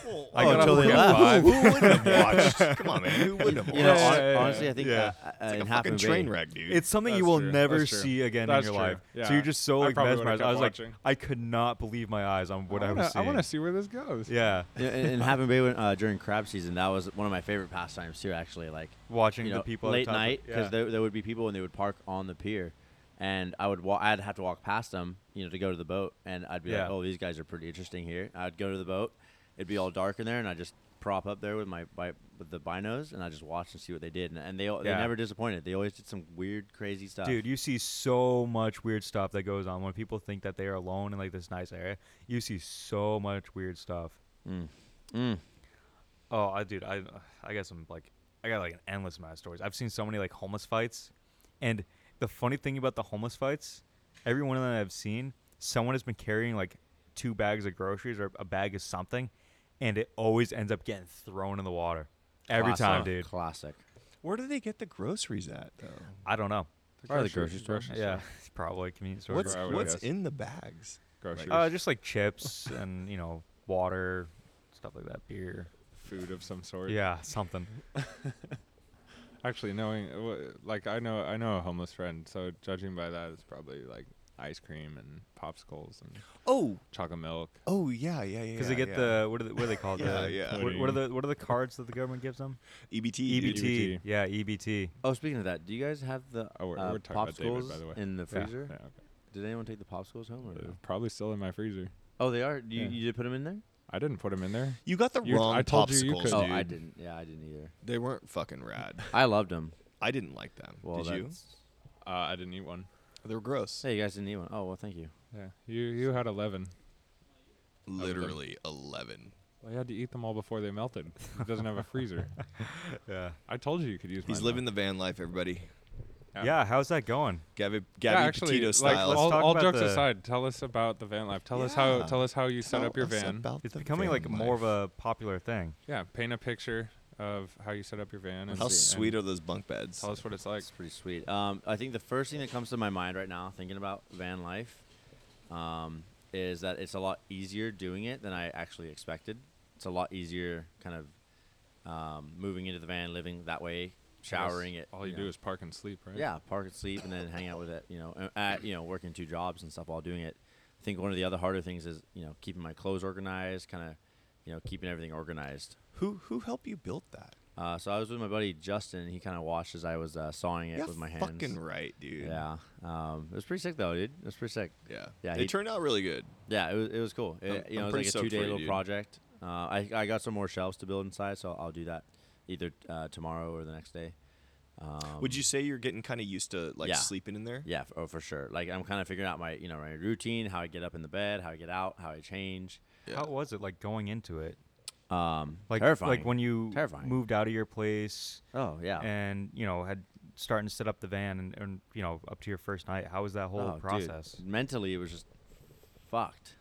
Oh, I got up at five. Who, who wouldn't have watched? Come on, man. Who wouldn't have watched? You know, hon- Yeah, yeah, yeah. honestly, I think Yeah. uh, uh, It's like in a half fucking of train wreck, dude. It's something you That's will true. never That's true. see again That's in your true. life. So Yeah. you're just so I like probably would've mesmerized. kept I was like, watching. I could not believe my eyes on what I, I was seeing. want to see where this goes. Yeah, Yeah, and, and having been uh, during crab season, that was one of my favorite pastimes too. Actually, like watching you know, the people at the late top of- night because yeah. there, there would be people and they would park on the pier, and I would wa- I'd have to walk past them, you know, to go to the boat, and I'd be Yeah. like, oh, these guys are pretty interesting here. I'd go to the boat, it'd be all dark in there, and I would just prop up there with my bi- with the binos, and I just watch and see what they did, and, and they al- Yeah. they never disappointed. They always did some weird, crazy stuff. Dude, you see so much weird stuff that goes on when people think that they are alone in like this nice area. You see so much weird stuff. Mm. Mm. Oh, I dude, I I got some like I got like an endless amount of stories. I've seen so many like homeless fights, and the funny thing about the homeless fights, every one of them I've seen, someone has been carrying like two bags of groceries or a bag of something, and it always ends up getting thrown in the water every time, Classic. dude. Classic. Where do they get the groceries at, though? I don't know. Probably the grocery store. Yeah, probably convenience store. What's I would what's guess. in the bags? Groceries. Uh, just like chips and you know water, stuff like that, beer. food of some sort. Yeah, something. Actually, knowing wh- like I know I know a homeless friend, so judging by that, it's probably like ice cream and popsicles and Oh, chocolate milk. oh yeah, yeah, yeah. Because yeah, they get yeah. the what are, the, what are they called? Yeah, The- yeah. E What, what are the what are the cards that the government gives them? E EBT. EBT. EBT. Yeah, E EBT. Oh, speaking of that, do you guys have the Oh, we're- uh, we're talking about David, popsicles by the way. in the Yeah. freezer? Yeah, okay. Did anyone take the popsicles home? Or Uh, no? Probably still in my freezer. Oh, they are. You, Yeah. you did put them in there? I didn't put them in there. You got the You- wrong I told you you popsicles, could- Oh, dude. I didn't. Yeah, I didn't either. They weren't fucking rad. I loved them. I didn't like them. Well, Did you? that's- Uh, I didn't eat one. They were gross. Hey, you guys didn't eat one. Oh well, thank you. Yeah, you you had eleven. Literally eleven. Well, you had to eat them all before they melted. He doesn't have a freezer. Yeah. I told you you could use. He's mine, living though. the van life, everybody. Yeah. how's that going? Gabby, Gabby Yeah, actually, Petito like, style. let's all, talk all about jokes the- aside, tell us about the van life. Tell us Yeah. how tell us how you set Tell up your us van. about It's the becoming van like more life. of a popular thing. Yeah, paint a picture of how you set up your van. And How and sweet are those bunk beds? Tell us what it's like. It's pretty sweet. Um, I think the first thing that comes to my mind right now, thinking about van life, um, is that it's a lot easier doing it than I actually expected. It's a lot easier, kind of um, moving into the van, living that way, showering Yes. it. All you do know. is park and sleep, right? Yeah, park and sleep, and then hang out with it. You know, uh, at, you know, working two jobs and stuff while doing it. I think one of the other harder things is you know keeping my clothes organized, kind of, you know, keeping everything organized. Who who helped you build that? Uh, so I was with my buddy Justin. and He kind of watched as I was uh, sawing it You're with my hands. fucking right, dude. Yeah, um, it was pretty sick though, dude. It was pretty sick. yeah. Yeah, It he- turned out really good. Yeah, it was. It was cool. It, I'm- you know, I'm it pretty was like a stoked two-day for you, little dude. project. Uh, I I got some more shelves to build inside, so I'll do that either uh, tomorrow or the next day. Um, Would you say you're getting kind of used to like yeah. sleeping in there? Yeah, f- oh for sure. Like I'm kind of figuring out my you know my routine, how I get up in the bed, how I get out, how I change. Yeah. How was it like going into it? Um, Like terrifying. like when you Terrifying. moved out of your place oh yeah, and you know had starting to set up the van and, and you know up to your first night. How was that whole Oh, dude, process? mentally, it was just fucked.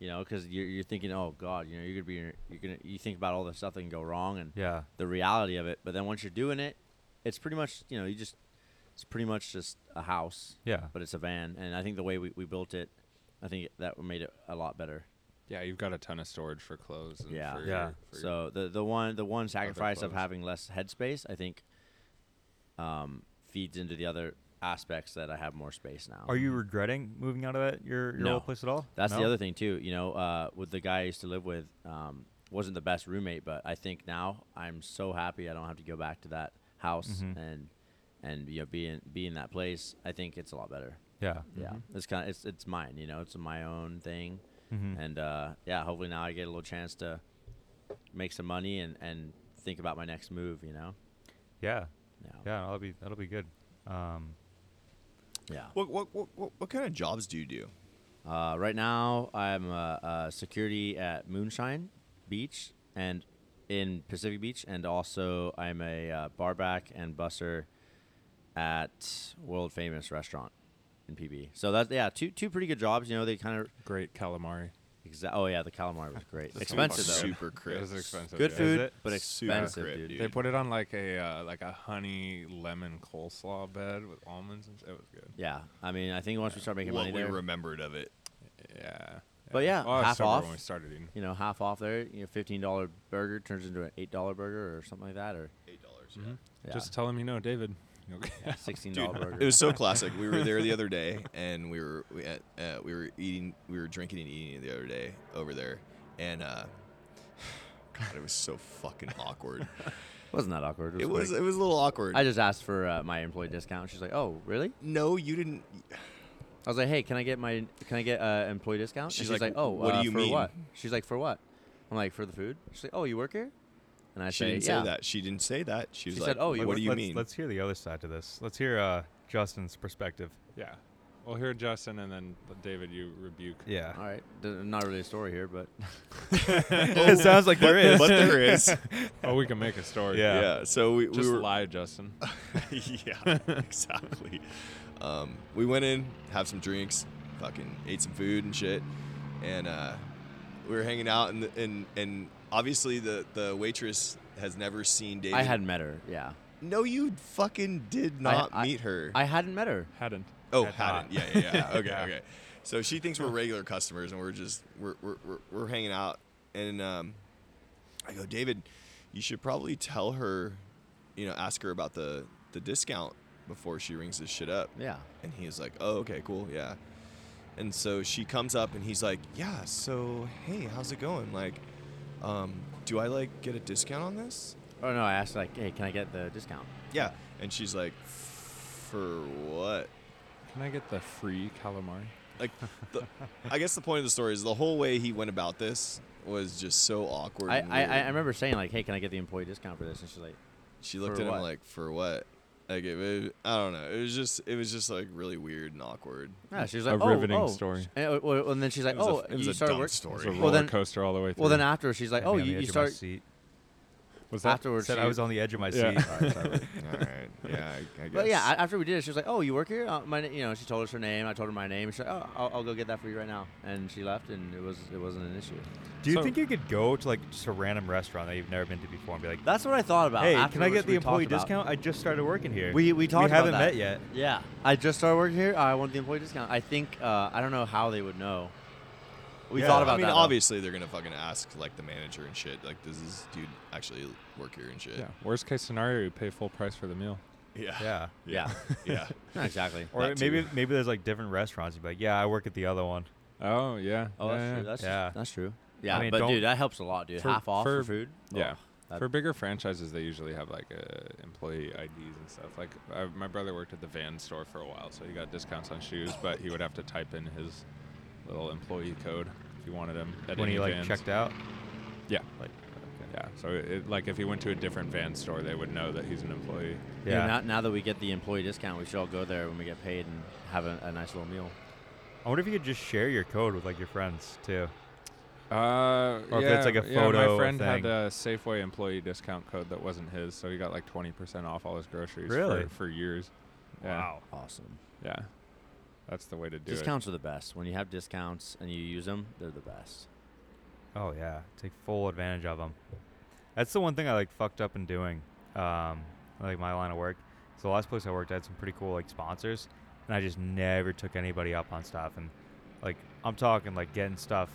You know, because you're, you're thinking, oh god, you know, you're gonna be you're gonna you think about all the stuff that can go wrong and Yeah. the reality of it. But then once you're doing it, it's pretty much you know you just it's pretty much just a house, Yeah. but it's a van. And I think the way we, we built it, I think that made it a lot better. Yeah, you've got a ton of storage for clothes. And Yeah. For Yeah. Your, for your- So the the one the one sacrifice of clothes. having less headspace, I think, um, feeds into the other aspects that I have more space now. Are you regretting moving out of that your, your No. old place at all? That's the No? other thing too. You know, uh, with the guy I used to live with, um, wasn't the best roommate, but I think now I'm so happy I don't have to go back to that house Mhm. and and you know be in be in that place. I think it's a lot better. Yeah. Mm-hmm. Yeah, it's kind of it's it's mine. You know, it's my own thing, Mhm. and uh, yeah, hopefully now I get a little chance to make some money and and think about my next move. You know, Yeah. yeah, Yeah. That'll be that'll be good. Um, yeah. What, what what what what kind of jobs do you do? Uh, right now, I'm uh, uh, security at Moonshine Beach and in Pacific Beach, and also I'm a uh, barback and busser at world famous restaurant in PB. So that's yeah, two two pretty good jobs. You know, they kind of great calamari. exa- oh yeah, the calamari was great, That sounds expensive though, Super It crisp. was expensive. good yeah. food it? but Super expensive, great, dude. dude. They put it on like a uh, like a honey lemon coleslaw bed with almonds. and s- It was good. Yeah, I mean, I think once we start making what money we there, remembered of it. Yeah. But yeah, well, I was half sober off. when we started eating. you know, half off there, you know, fifteen dollar burger turns into an eight dollar burger or something like that, or Eight dollars. yeah, Mm-hmm. Just tell him you know David. Okay. sixteen Mm-hmm. dollar burger. Dude, it was so classic. We were there the other day, and we were we, at, uh, we were eating, we were drinking and eating the other day over there, and uh, God, it was so fucking awkward. wasn't that awkward? it quick. was it was a little awkward. I just asked for uh, my employee discount. She's like, "Oh, really?" no, you didn't. I was like, "Hey, can I get my can I get uh, employee discount?" And She's she's like, "Oh, "What do uh, you for mean?" What?" She's like, "For what?" I'm like, "For the food." She's like, "Oh, you work here?" And I She say, didn't "Yeah." say that. She didn't say that. She was She like, said, "Oh, you what were- do you let's, mean?" Let's hear the other side to this. Let's hear uh, Justin's perspective. yeah. Well, here Justin and then David, you rebuke. Yeah. All right, D- not really a story here, but it sounds like there is. but there is. Oh, we can make a story. Yeah. Yeah. So we, Just we were lie, Justin. yeah, exactly. Um, we went in, have some drinks, fucking ate some food and shit, and uh, we were hanging out, and and and obviously the the waitress has never seen David. I hadn't met her. Yeah, No, you fucking did not I- meet her. I hadn't met her. Hadn't. oh, had hadn't. not. Yeah, yeah, yeah. Okay, Yeah. okay. So she thinks we're regular customers, and we're just we're we're we're, we're hanging out. And um, I go, David, you should probably tell her, you know, ask her about the the discount before she rings this shit up. Yeah. And he is like, oh, okay, cool, yeah. And so she comes up and he's like, yeah, so hey, how's it going? Like, um, do I like get a discount on this? Oh no, I asked like, hey, can I get the discount? Yeah. And she's like, for what? Can I get the free calamari? Like, the, I guess the point of the story is the whole way he went about this was just so awkward. I, and I I weird. I remember saying like, hey, can I get the employee discount for this? And she's like, She looked For at him what? like, for what? Like, it, it, I don't know. It was just, it was just like really weird and awkward. no, she was A like, oh, riveting oh. story. And, uh, well, and then she's like, It was oh, a, it was you a started dumb It work. was a story. roller Well, then- coaster all the way through. Well, then after she's like, Had oh, me on the you, edge you of my start seat. was that afterwards. Said she, I was on the edge of my Yeah. seat. All right, sorry. All right. Yeah, I, I guess. But yeah, a- after we did it, she was like, "Oh, you work here?" Uh, my, na- you know, she told us her name. I told her my name. She's like, "Oh, I'll, I'll go get that for you right now." And she left, and it was it wasn't an issue. Do you So- think you could go to like just a random restaurant that you've never been to before and be like, That's what I thought about. "Hey, can I afterwards, get the we talked employee about- discount? I just started working here. We we talked. about haven't that. met yet. Yeah, I just started working here. I want the employee discount. I think uh, I don't know how they would know. We Yeah. thought about I mean, that. though. obviously they're gonna fucking ask like the manager and shit. Like, does this dude actually work here and shit? Yeah. Worst case scenario, you pay full price for the meal. Yeah. Yeah. Yeah, Yeah. not exactly. Or That maybe too. maybe there's like different restaurants. You'd be like, yeah, I work at the other one. Oh yeah. yeah, Oh, that's yeah. true. That's Yeah. that's true. Yeah, mean, but don't- dude, that helps a lot, dude. For- Half off for, for- food. yeah. Oh, that- For bigger franchises, they usually have like uh, employee IDs and stuff. Like I, my brother worked at the van store for a while, so he got discounts on shoes, but he would have to type in his little employee code if he wanted them. At when any he like Vans. checked out. Yeah, Like, okay. yeah. So it, like if he went to a different van store, they would know that he's an employee. dude, yeah. now, now that we get the employee discount, we should all go there when we get paid and have a, a nice little meal. I wonder if you could just share your code with like your friends too. Uh, Or if yeah, it's, like, a yeah, photo my friend thing. had a Safeway employee discount code that wasn't his, so he got like twenty percent off all his groceries. Really? For, for years. Yeah, Awesome. Yeah. That's the way to do it. discounts are the best. When you have discounts and you use them, they're the best. Oh yeah, take full advantage of them. That's the one thing I like fucked up in doing, um, like my line of work. So the last place I worked, I had some pretty cool like sponsors, and I just never took anybody up on stuff. And like I'm talking like getting stuff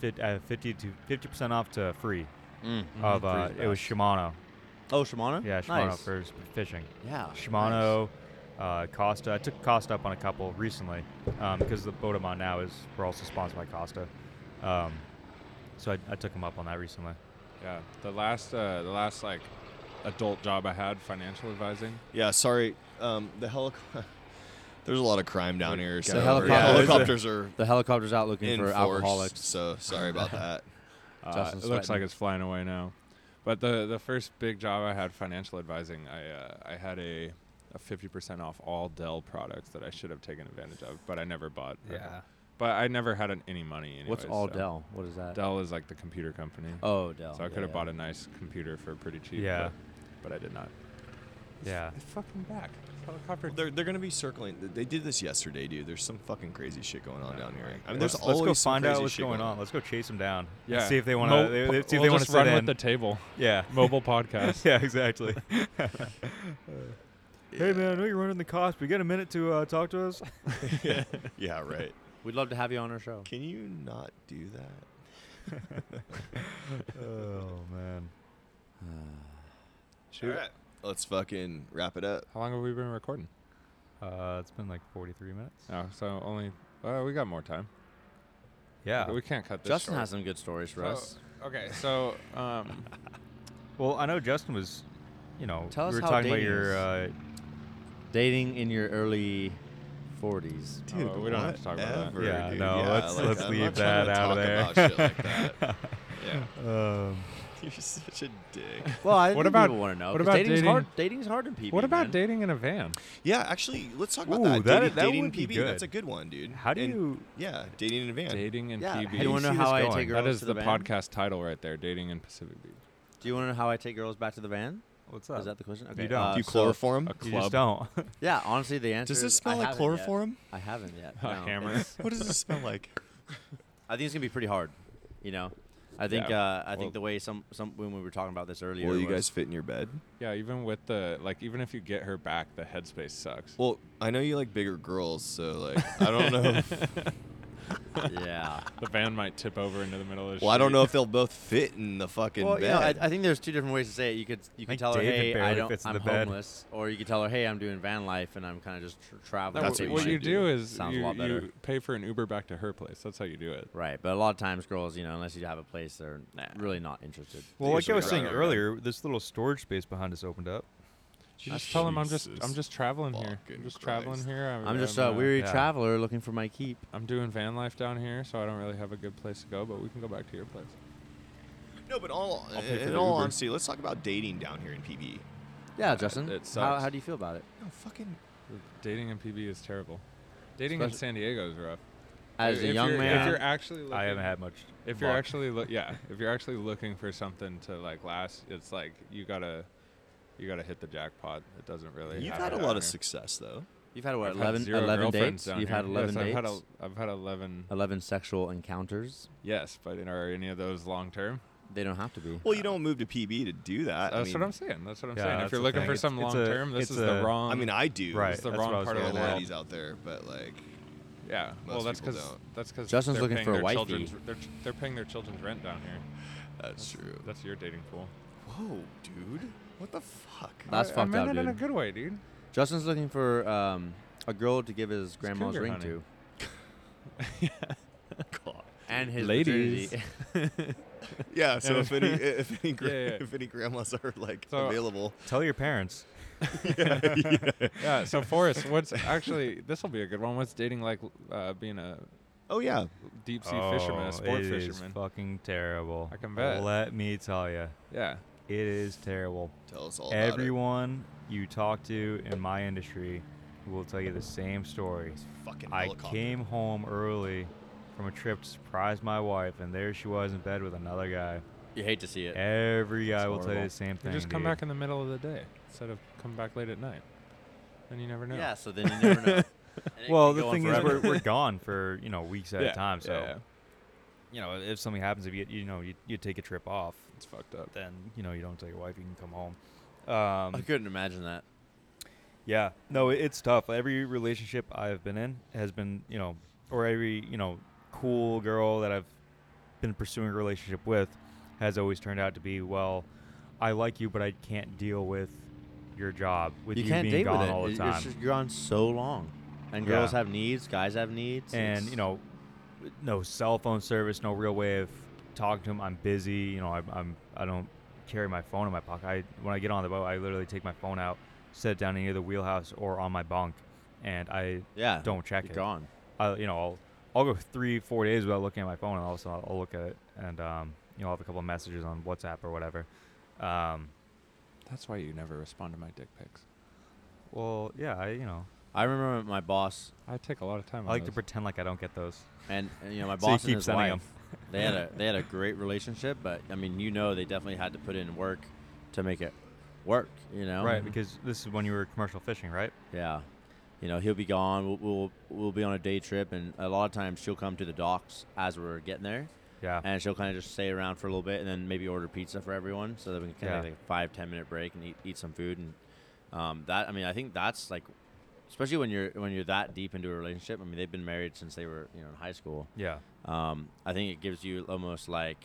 fit, uh, fifty to fifty percent off to free Mm-hmm. of uh, Free's it was best. Shimano, Oh, Shimano. yeah Shimano nice. for s- fishing. yeah. nice. Shimano, uh, Costa. I took Costa up on a couple recently because the boat I'm on now is we're also sponsored by Costa. Um, so I, I took him up on that recently. Yeah, the last uh, the last like adult job I had, financial advising. Yeah, sorry. Um, the helicopter. There's a lot of crime down here. So helicopter- yeah, Yeah, there's a- helicopters are The helicopter's out looking in for force. alcoholics. So sorry about that. Uh, Justin's it looks like sweating. it's flying away now. But the the first big job I had, financial advising, I uh, I had a a 50% off all Dell products that I should have taken advantage of, but I never bought. uh, But I never had an, any money. Anyways, What's all so- Dell? What is that? Dell is like the computer company. Oh, Dell. so I yeah, could have yeah. bought a nice computer for pretty cheap. Yeah. But, but I did not. Yeah. It's fucking back. Helicopter. They're, they're gonna be circling. They did this yesterday, dude. There's some fucking crazy shit going on down here. I mean, there's let's, let's always go some find crazy out what's shit going on. Let's go chase them down. and Yeah. See if they want Mo- to. They, they- see if we'll they want just to run sit in. with the table. yeah. Mobile podcast. yeah. Exactly. Hey Yeah. man, I know you're running the cost, but you got a minute to uh, talk to us? Yeah, right. We'd love to have you on our show. Can you not do that? oh man. Shoot. All right. Let's fucking wrap it up. How long have we been recording? Uh, it's been like 43 minutes. Oh, so only. Well, we got more time. Yeah. We can't cut this. Justin short. has some good stories for So- us. Okay, so um, Well, I know Justin was, you know, Tell we were us how talking about dating your is. uh, Dating in your early 40s. Dude, Oh, we don't have to talk about that. whatever, Yeah, dude. no, let's- like, let's I'm leave not trying to that out of talk there. About shit like that. yeah. Um, You're such a dick. Well, I What think about- people want to know. what 'cause about dating's dating- hard? Dating's hard in PB. What about man. dating in a van? Yeah, actually, let's talk about Ooh, that. that- dating that dating would be PB, that's a good. good one, dude. how do And- you? Yeah, dating in a van. Dating in Yeah, PB. do you want to know see this how I going? take girls that is to the, van? podcast title right there. Dating in Pacific Beach. Do you want to know how I take girls back to the van? What's Is that the question? Okay. don't. uh, Do Do you so- chloroform? A You just club. don't. yeah, honestly, the answer Does this is smell I like haven't yet. chloroform? I haven't yet. A no. hammer. It's- What does this smell like? I think it's gonna be pretty hard. You know, I think Yeah. uh, I Well- think the way some some when we were talking about this earlier, Will you was- guys fit in your bed? Yeah, even with the like, even if you get her back, the headspace sucks. Well, I know you like bigger girls, so like I don't know. yeah. The van might tip over into the middle of. The well, I don't street. know if they'll both fit in the fucking Well, bed. you know, I, I think there's two different ways to say it. You could you could think tell her, David hey, I barely don't, fits in I'm the bed. homeless, or you could tell her, hey, I'm doing van life and I'm kind of just tr- traveling. No, That's what what, you what should you do is Sounds a you, lot better. you pay for an Uber back to her place. That's how you do it. Right, but a lot of times, girls, you know, unless you have a place, they're really not interested. Well, like I Usually was not saying that bad. earlier, this little storage space behind us opened up. Just tell him I'm just I'm Jesus. just traveling here. I'm fucking just traveling Christ. here. I'm just uh, a weary yeah. traveler looking for my keep. uh, I'm doing van life down here, so I don't really have a good place to go. But we can go back to your place. No, but all I'll pay for in the all Uber. honesty, let's talk about dating down here in PB. Yeah, Justin, it how sucks. how do you feel about it? No, fucking. Dating in PB is terrible. Dating Especially- in San Diego is rough. As If- a if young you're- man, if you're actually looking, I haven't had much. If you're luck. actually look, yeah. If you're actually looking for something to like last, it's like you gotta, you gotta hit the jackpot. It doesn't really. You've happen had a down lot of here. success though. you've had what I've had 11, zero 11 girlfriends dates? down You've here. had 11 yes, dates, I've had, a, I've had 11. 11 sexual encounters. Yes, but are any of those long term? They don't have to be. Well, you don't move to PB to do that. I That's mean, what I'm saying. That's what I'm Yeah, saying. that's If you're the looking thing. for It's- some it's long a- term, this it's is the a- wrong. I mean, I do. Right, it's the that's wrong what I was part of Yeah, gonna the the say. world. ladies out there, but like, Yeah. Well, Most that's people because don't. that's because Justin's they're looking paying for a their wifey. children's- They're, ch- they're paying their children's rent down here. that's true. That's your dating pool. Whoa, dude, what the fuck? That's I, I fucked meant up, it in a dude. good way, dude. Justin's looking for um, a girl to give his grandma's cougar ring hunting. to. God. And his Ladies. paternity- Yeah. So if any if any gra- Yeah, yeah. if any grandmas are like So- available, Tell your parents. yeah. So Forrest, what's actually this will be a good one. What's dating like? Uh, being a oh yeah, deep sea fisherman, Oh, a sport it is fisherman. fucking terrible. I can bet. Let me tell you, Yeah. it is terrible. tell us all about it. Everyone you talk to in my industry will tell you the same story. Fucking I helicopter. came home early from a trip to surprise my wife, and there she was in bed with another guy. you hate to see it. Every guy It's will tell you horrible. the same thing. You just come dude. back in the middle of the day instead of come back late at night. Then you never know. Yeah, so then you never know. And it Well, could the go on thing is, forever. we're, we're gone for you know weeks at Yeah, a time. So yeah, yeah. you know, if something happens, if you you know you, you take a trip off, it's fucked up. then you know you don't tell your wife you can come home. Um, I couldn't imagine that. Yeah, no, it- it's tough. Every relationship I've been in has been, you know, or every you know cool girl that I've been pursuing a relationship with has always turned out to be, well, I like you, but I can't deal with your job with you, can't being date gone with it. all the It's- time. It's just, you're on so long, and Yeah. girls have needs, guys have needs, and it's- you know, no cell phone service, no real way of talking to him. I'm busy. You know, I, I'm I don't carry my phone in my pocket. I when I get on the boat, I literally take my phone out, set it down in either the wheelhouse or on my bunk, and I yeah, don't check Uh-huh. you're it. gone. I, you know, I'll I'll go three four days without looking at my phone, and all of a sudden I'll, I'll look at it, and um, you know, I'll have a couple of messages on WhatsApp or whatever. Um, That's why you never respond to my dick pics. well, yeah, I, you know, I remember my boss, I take a lot of time. I like to pretend like I don't get those. and, and, you know my So you boss keep and his sending 'em. wife. They had a they had a great relationship, but I mean, you know, they definitely had to put in work to make it work. You know, Right, because this is when you were commercial fishing, right? Yeah. You know, he'll be gone. We'll, we'll we'll be on a day trip, and a lot of times she'll come to the docks as we're getting there, Yeah. and she'll kind of just stay around for a little bit, and then maybe order pizza for everyone, so that we can kind Yeah. of take a five ten minute break and eat, eat some food. And um, that I mean, I think that's like, especially when you're when you're that deep into a relationship. I mean, they've been married since they were you know in high school. yeah. Um, I think it gives you almost like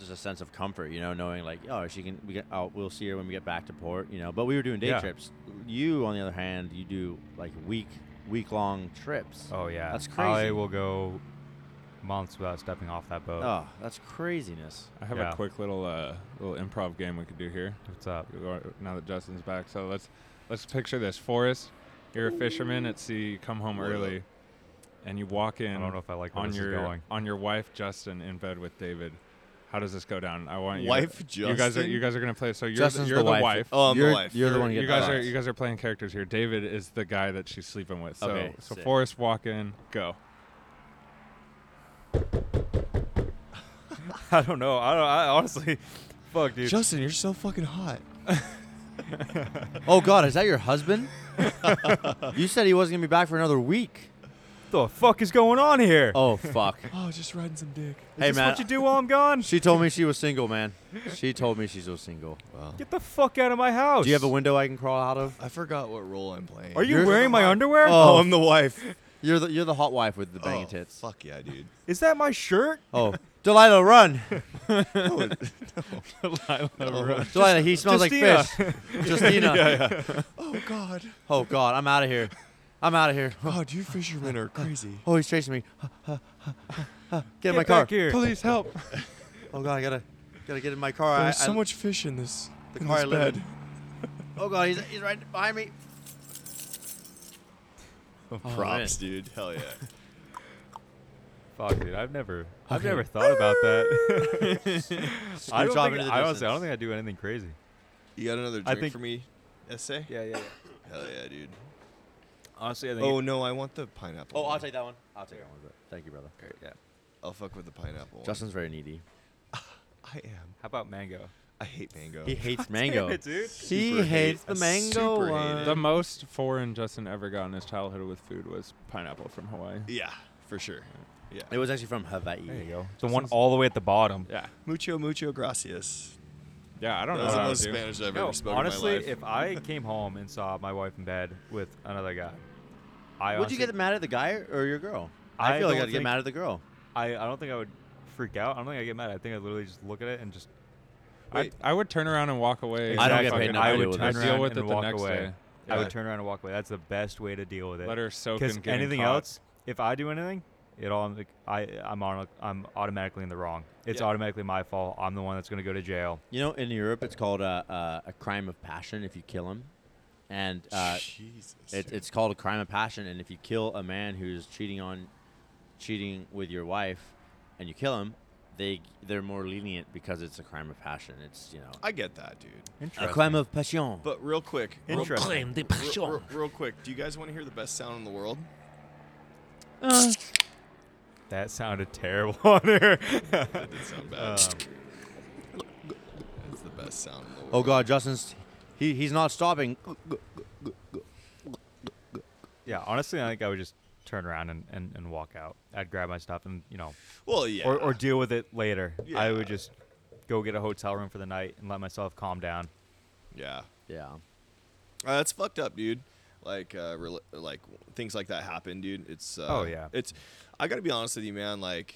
just a sense of comfort, you know, knowing like, oh, she can, we get, oh, we'll see her when we get back to port, you know. But we were doing day Yeah. trips. You, on the other hand, you do like week, week long trips. Oh yeah. That's crazy. I will go months without stepping off that boat. Oh, that's craziness. I have Yeah. a quick little uh, little improv game we could do here. What's up? You are- Now that Justin's back, so let's let's picture this: Forrest, you're a fisherman at sea. You come home Whoa. early, and you walk in. I don't know if I like where on this your is going. on your wife Justin in bed with David. How does this go down? I want you Wife You guys are Justin? you guys are gonna play. So you're Justin's the, you're the wife. Oh, I'm the you're, wife. You're the one who you gets guys are fucked. you guys are playing characters here. David is the guy that she's sleeping with. So Okay, so sick. Forrest walk in, go. I don't know. I don't. I honestly, fuck, dude. Justin, you're so fucking hot. Oh God, is that your husband? you said he wasn't gonna be back for another week. the fuck is going on here? Oh fuck. Oh, just riding some dick. is hey this man. what you do while I'm gone? She told me she was single, man. She told me she was single. Get the fuck out of my house. Do you have a window I can crawl out of? I forgot what role I'm playing. Are you You're- wearing my underwear? Oh, I'm the wife. You're the you're the hot wife with the banging oh, tits. Fuck yeah, dude. Is that my shirt? Oh, Delilah, run! Oh, Delilah, he smells Justina. like fish. Justina. Oh God. Oh God, I'm out of here. I'm out of here. God, you fishermen are crazy. Oh, he's chasing me. Get in Get my back car. here. Please help. Oh God, I gotta gotta get in my car. I, There's so I- much fish in this the in car this I live bed. in. Oh God, he's he's right behind me. Oh, Oh, Props, dude. Hell yeah. Fuck, dude. I've never, I've Okay. never thought about that. I Screech don't off think, into the I, honestly, I don't distance. think I do anything crazy. You got another I drink think- for me? Essay? Yeah, yeah, yeah. Hell yeah, dude. Honestly, I Oh no, I want the pineapple. Oh, I'll one. take that one. I'll take that one. But thank you, brother. yeah. I'll fuck with the pineapple. one. Justin's very needy. I am. how about mango? I hate mango. He hates mango. dude. he Super hates hate- the I mango super hate one. it. The most foreign Justin ever got in his childhood with food was pineapple from Hawaii. Yeah, for sure. Yeah. It was actually from Hawaii. There you go. The one all the way at the bottom. Yeah. Mucho, mucho gracias. Yeah, I don't That know was what the I would most do. Spanish I've No, ever spoken honestly, in my life. if I came home and saw my wife in bed with another guy, I Would you honestly, get mad at the guy or your girl? I I feel like don't I'd get think- mad at the girl. I, I don't think I would freak out. I don't think I get mad. I think I literally just look at it and just. I'd, I would turn around and walk away. I don't get Fucking- paid enough I to would deal with turn this. around Deal with and it the walk next away. day. I Yeah. would turn around and walk away. That's the best way to deal with it. Let her soak Because in getting anything caught. else, if I do anything, it all I I'm on I'm automatically in the wrong. It's Yeah. automatically my fault. I'm the one that's gonna go to jail. You know, in Europe, it's called a, a, a crime of passion if you kill him, and uh, Jesus. it, dude. it's called a crime of passion. And if you kill a man who's cheating on, cheating with your wife, and you kill him, they they're more lenient because it's a crime of passion. It's you know I get that, dude. a crime of passion. But real quick, real, Interesting. real, real- real quick, do you guys want to hear the best sound in the world? That sounded terrible on Um, her. That did sound bad. That's the best sound in the world. oh God, Justin's he, he's not stopping. Oh. yeah, honestly, I think I would just turn around and, and, and walk out. I'd grab my stuff and you know, Well, yeah. or, or deal with it later. I Yeah. would just go get a hotel room for the night and let myself calm down. yeah. Yeah, Uh, that's fucked up, dude. Like, uh, rel like things like that happen, dude. It's uh, Oh, yeah. It's I gotta be honest with you, man. Like,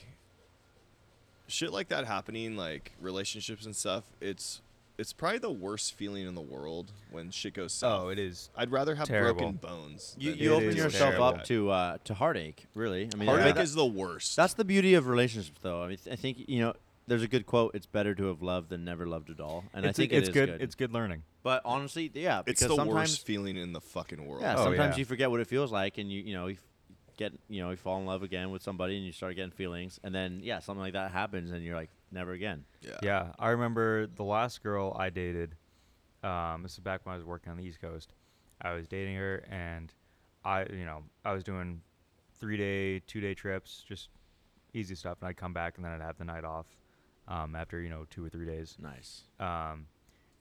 shit like that happening, like relationships and stuff. It's it's probably the worst feeling in the world when shit goes south. is. I'd rather have Oh, Terrible. broken bones. you, than you It open is yourself terrible. up to uh, to heartache. Really, I mean that- heartache that- is the worst. That's the beauty of relationships, though. I mean, th- I think you know. There's a good quote. It's better to have loved than never loved at all, and it's, I think it it's is good, It's good learning. but honestly, yeah, it's the because sometimes worst feeling in the fucking world. yeah, Oh, sometimes yeah. you forget what it feels like, and you you know you f- get you know you fall in love again with somebody, and you start getting feelings, and then yeah, something like that happens, and you're like never again. yeah. Yeah, I remember the last girl I dated. Um, this is back when I was working on the East Coast. I was dating her, and I, you know, I was doing three day, two day trips, just easy stuff. And I'd come back, and then I'd have the night off um, after you know two or three days. Nice. Um,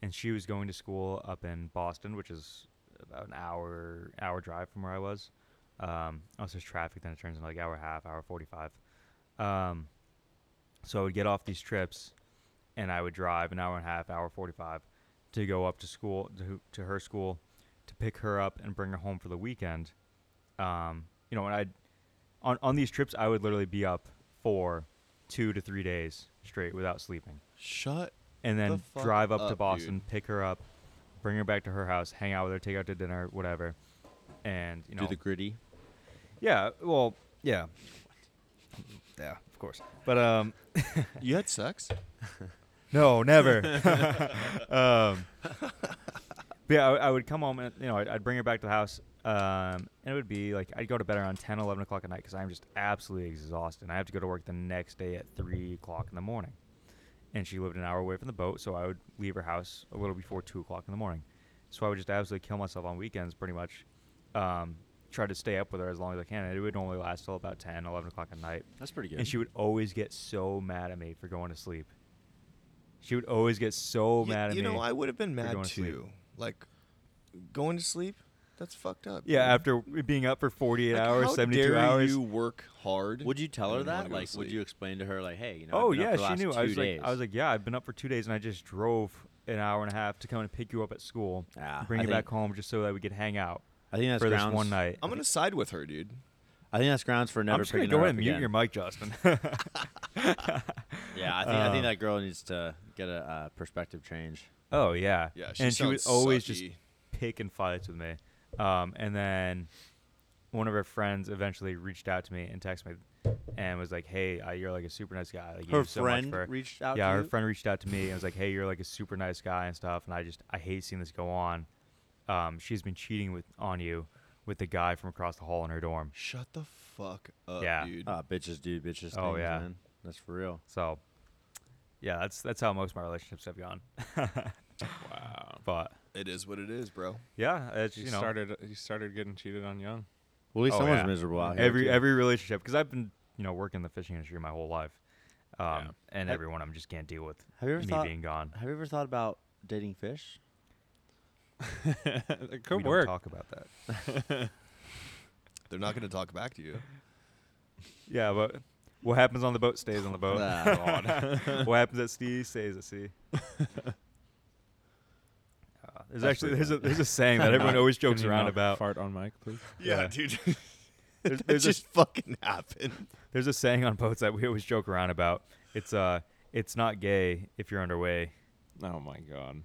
and she was going to school up in Boston, which is about an hour hour drive from where I was. Um, also, there's traffic, then it turns into like hour and a half, hour forty five. Um, so I would get off these trips, and I would drive an hour and a half, hour forty five, to go up to school to, to her school, to pick her up and bring her home for the weekend. Um, you know, and I on on these trips I would literally be up for two to three days straight without sleeping Shut. and the then fuck drive up, up, to dude. Boston, pick her up, bring her back to her house, hang out with her, take her out to dinner, whatever. And you know, Do the gritty. yeah, well, yeah, yeah, of course. But um, You had sex? no, never. um, but yeah, I, I would come home and you know I'd, I'd bring her back to the house, um, and it would be like I'd go to bed around 10, 11 o'clock at night because I'm just absolutely exhausted. And I have to go to work the next day at three o'clock in the morning, and she lived an hour away from the boat, so I would leave her house a little before two o'clock in the morning. So I would just absolutely kill myself on weekends, pretty much. Um, try to stay up with her as long as I can. and It would only last till about 10, 11 o'clock at night. That's pretty good. And she would always get so mad at me for going to sleep. She would always get so you, mad at you me. know, I would have been for mad going to too. sleep. Like going to sleep, That's fucked up. Yeah, after dude. being up for 48 Like, hours, how 72 dare hours. You work hard. Would you I tell her don't wanna that? go to Like, would sleep. you explain to her, like, hey, you know? I've oh been up yeah, for the she last knew. I two was days. like, I was like, yeah, I've been up for two days, and I just drove an hour and a half to come and pick you up at school, Yeah, bring Ah, I you back think- home, just so that we could hang out I think that's for grounds this one night. I'm gonna side with her, dude. I think that's grounds for never I'm just gonna picking go her ahead up and mute again. your mic, Justin. Yeah, I think I Um, think that girl needs to get a uh, perspective change. oh yeah, Yeah, she and she would sounds always sucky. just pick and fights with me. Um, and then one of her friends eventually reached out to me and texted me and was like, "Hey, uh, you're like a super nice guy. Like, you Her do so much friend for-" reached out Yeah, to her you? friend reached out to me and was like, "Hey, you're like a super nice guy and stuff." And I just I hate seeing this go on. Um, she's been cheating with on you with the guy from across the hall in her dorm. Shut the fuck up, Yeah. Uh. dude. Ah, bitches, dude, bitches. Oh, things, yeah. man. that's for real. So, yeah, that's that's how most of my relationships have gone. Wow. But It is what it is, bro. yeah, it's You, you know started. You started getting cheated on young. Well, at least Oh, someone's yeah. miserable out here. every too. every relationship because I've been you know working in the fishing industry my whole life, um, Yeah. and Have- everyone I'm just can't deal with Have you ever me thought- being gone. Have you ever thought about dating fish? it could we work. Don't talk about that. They're not gonna talk back to you. Yeah, but what happens on the boat stays on the boat. Nah, what happens at sea stays at sea. Uh, there's actually there's a there's a saying that everyone always Can jokes you around not about. Fart on mic, please. Yeah. dude. There's, It there's a just fucking happened. There's a saying on boats that we always joke around about. It's uh, it's not gay if you're underway. Oh my god.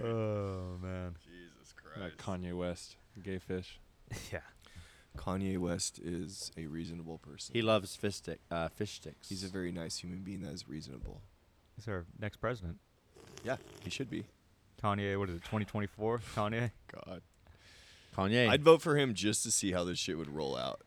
Oh man. Jesus Like Kanye West, gay fish. Yeah. Kanye West is a reasonable person. he loves fish stick, uh, fish sticks. He's a very nice human being that is reasonable. He's our next president, Yeah, he should be. Kanye. What is it? 2024, Kanye. God. Kanye. I'd vote for him just to see how this shit would roll out.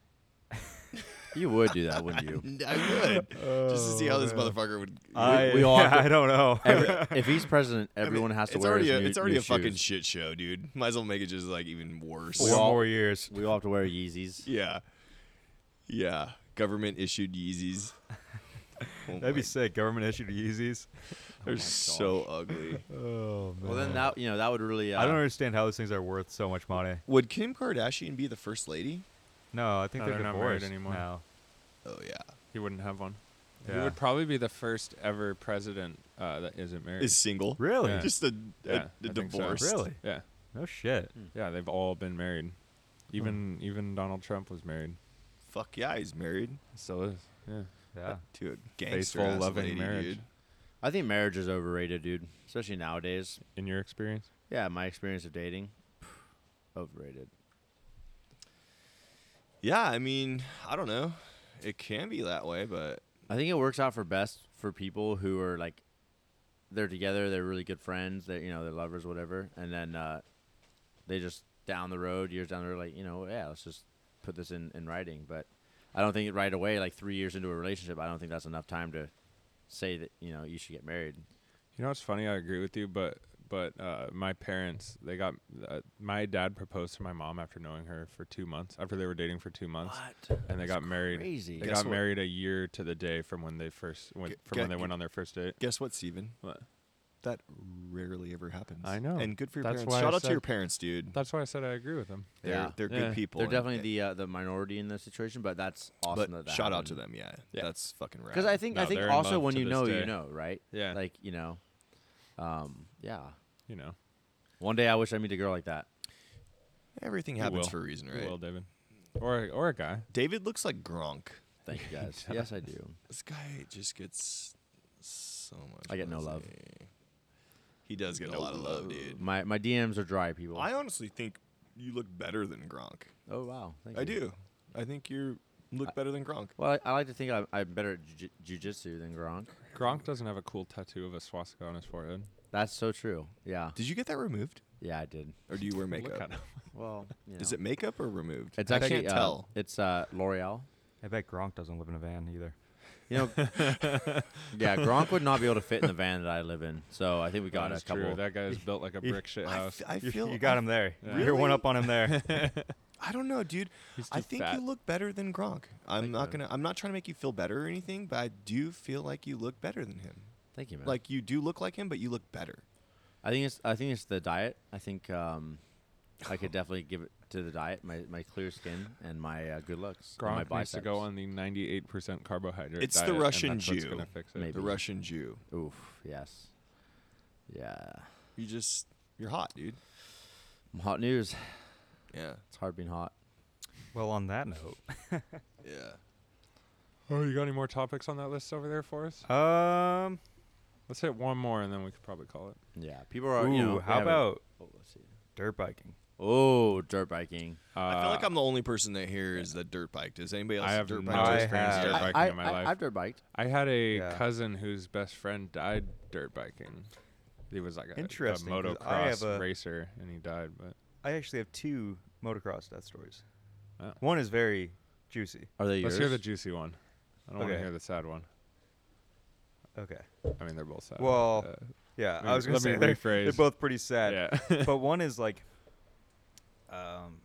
you would do that, wouldn't you? I would. just to see how this motherfucker would. I, we all have to- I don't know. Every- if he's president, I mean, everyone has to it's wear already his a, new, It's already new a fucking shoes. shit show, dude. Might as well make it just like even worse. Four more years. we all have to wear Yeezys. Yeah. Yeah. Government issued Yeezys. Oh That'd my- be sick. Government issued Yeezys. They're so ugly. Oh man. Well, then that you know that would really. Uh, I don't understand how those things are worth so much money. Would Kim Kardashian be the first lady? No, I think No, they're, they're not married divorced anymore. now. Oh yeah. He wouldn't have one. He Yeah. would probably be the first ever president uh, that isn't married. Is single. Really? Yeah. Just a, a, Yeah, a I think so. divorce. Really? yeah, No shit. Mm. yeah. They've all been married. Even even Donald Trump was married. Fuck yeah, he's married Still is. Yeah. Yeah. to a gangster Faithful, ass loving lady, marriage. dude. I think marriage is overrated, dude. Especially nowadays. In your experience, Yeah, my experience of dating, overrated. Yeah, I mean, I don't know. It can be that way, but I think it works out for best for people who are like, they're together, they're really good friends, they're you know they're lovers, whatever, and then uh, they just down the road, years down the road, like you know, yeah, let's just put this in in writing. But I don't think right away, like three years into a relationship, I don't think that's enough time to say that you know you should get married. you know it's funny. I agree with you, but but uh, my parents they got uh, my dad proposed to my mom after knowing her for two months after they were dating for two months. And they That's got married. crazy. They Guess got what? married a year to the day from when they first went Gu- from gu- when they gu- went on their first date. guess what, Steven? What? That rarely ever happens. I know. And good for your That's parents. why Shout I out to your said- parents, dude. That's why I said I agree with them. They're Yeah. they're Yeah. good people. They're and- definitely the uh, the minority in this situation, but that's but awesome. that that shout out to happened. them, yeah. Yeah. That's fucking rad. Because I think I No, think they're in also love when to you this know, you day. know, right? Yeah. Like you know, um, yeah. You know. One day I wish I meet a girl like that. everything You happens will. for a reason, You right? will, David. Or or a guy. David looks like Gronk. Thank you guys. yes, I do. This guy just gets so much. I get no love. pussy. He does get a lot of love, dude. My my DMs are dry, people. I honestly think you look better than Gronk. oh wow, Thank I you. do. I think you look better than Gronk. Well, I, I like to think I'm, I'm better at ju- jujitsu than Gronk. Gronk doesn't have a cool tattoo of a swastika on his forehead. That's so true. Yeah, Did you get that removed, yeah, I did. or do you wear Look makeup? at him. Well, you Is know. it makeup or removed? It's I actually can't uh, tell. It's uh, L'Oreal. I bet Gronk doesn't live in a van either. You know, yeah, Gronk would not be able to fit in the van that I live in. So I think we got a That's couple. true. That guy is built like a He- brick shit I house. f- I You, feel you got him there. You're one Really? up on him there. I don't know, dude. He's I too think fat. you look better than Gronk. I'm not gonna. I'm not trying to make you feel better or anything, but I do feel like you look better than him. Thank you, man. Like you do look like him, but you look better. I think it's I think it's the diet. I think um, I could definitely give it to the diet, my, my clear skin, and my uh, good looks. and my Gronk needs biceps. to go on the 98% carbohydrate. It's the diet, and Russian that's what's Jew. gonna fix it. Maybe. The Russian Jew. Oof. Yes. Yeah. You just you're hot, dude. Hot news. Yeah. It's hard being hot. Well, on that note, Yeah. Oh, you got any more topics on that list over there for us? um, Uh, Let's hit one more and then we could probably call it. Yeah. People are. you know, ooh, we how have a- about oh, let's see. dirt biking? Oh, dirt biking. Uh, I feel like I'm the only person that here is that dirt biked. Does anybody else I have dirt no bike? I experience have. dirt biking I, in my I, life. I've dirt biked. I had a Yeah. cousin whose best friend died dirt biking. He was like a, a Interesting, 'cause I have motocross a- racer, and he died. But I actually have two motocross death stories. Oh. One is very juicy. Are they let's yours? hear the juicy one. I don't want to Okay. hear the sad one. Okay. I mean, they're both sad. Well, uh, Yeah, let I me- was gonna let me say they're, they're rephrase. both pretty sad. yeah. but one is like, um,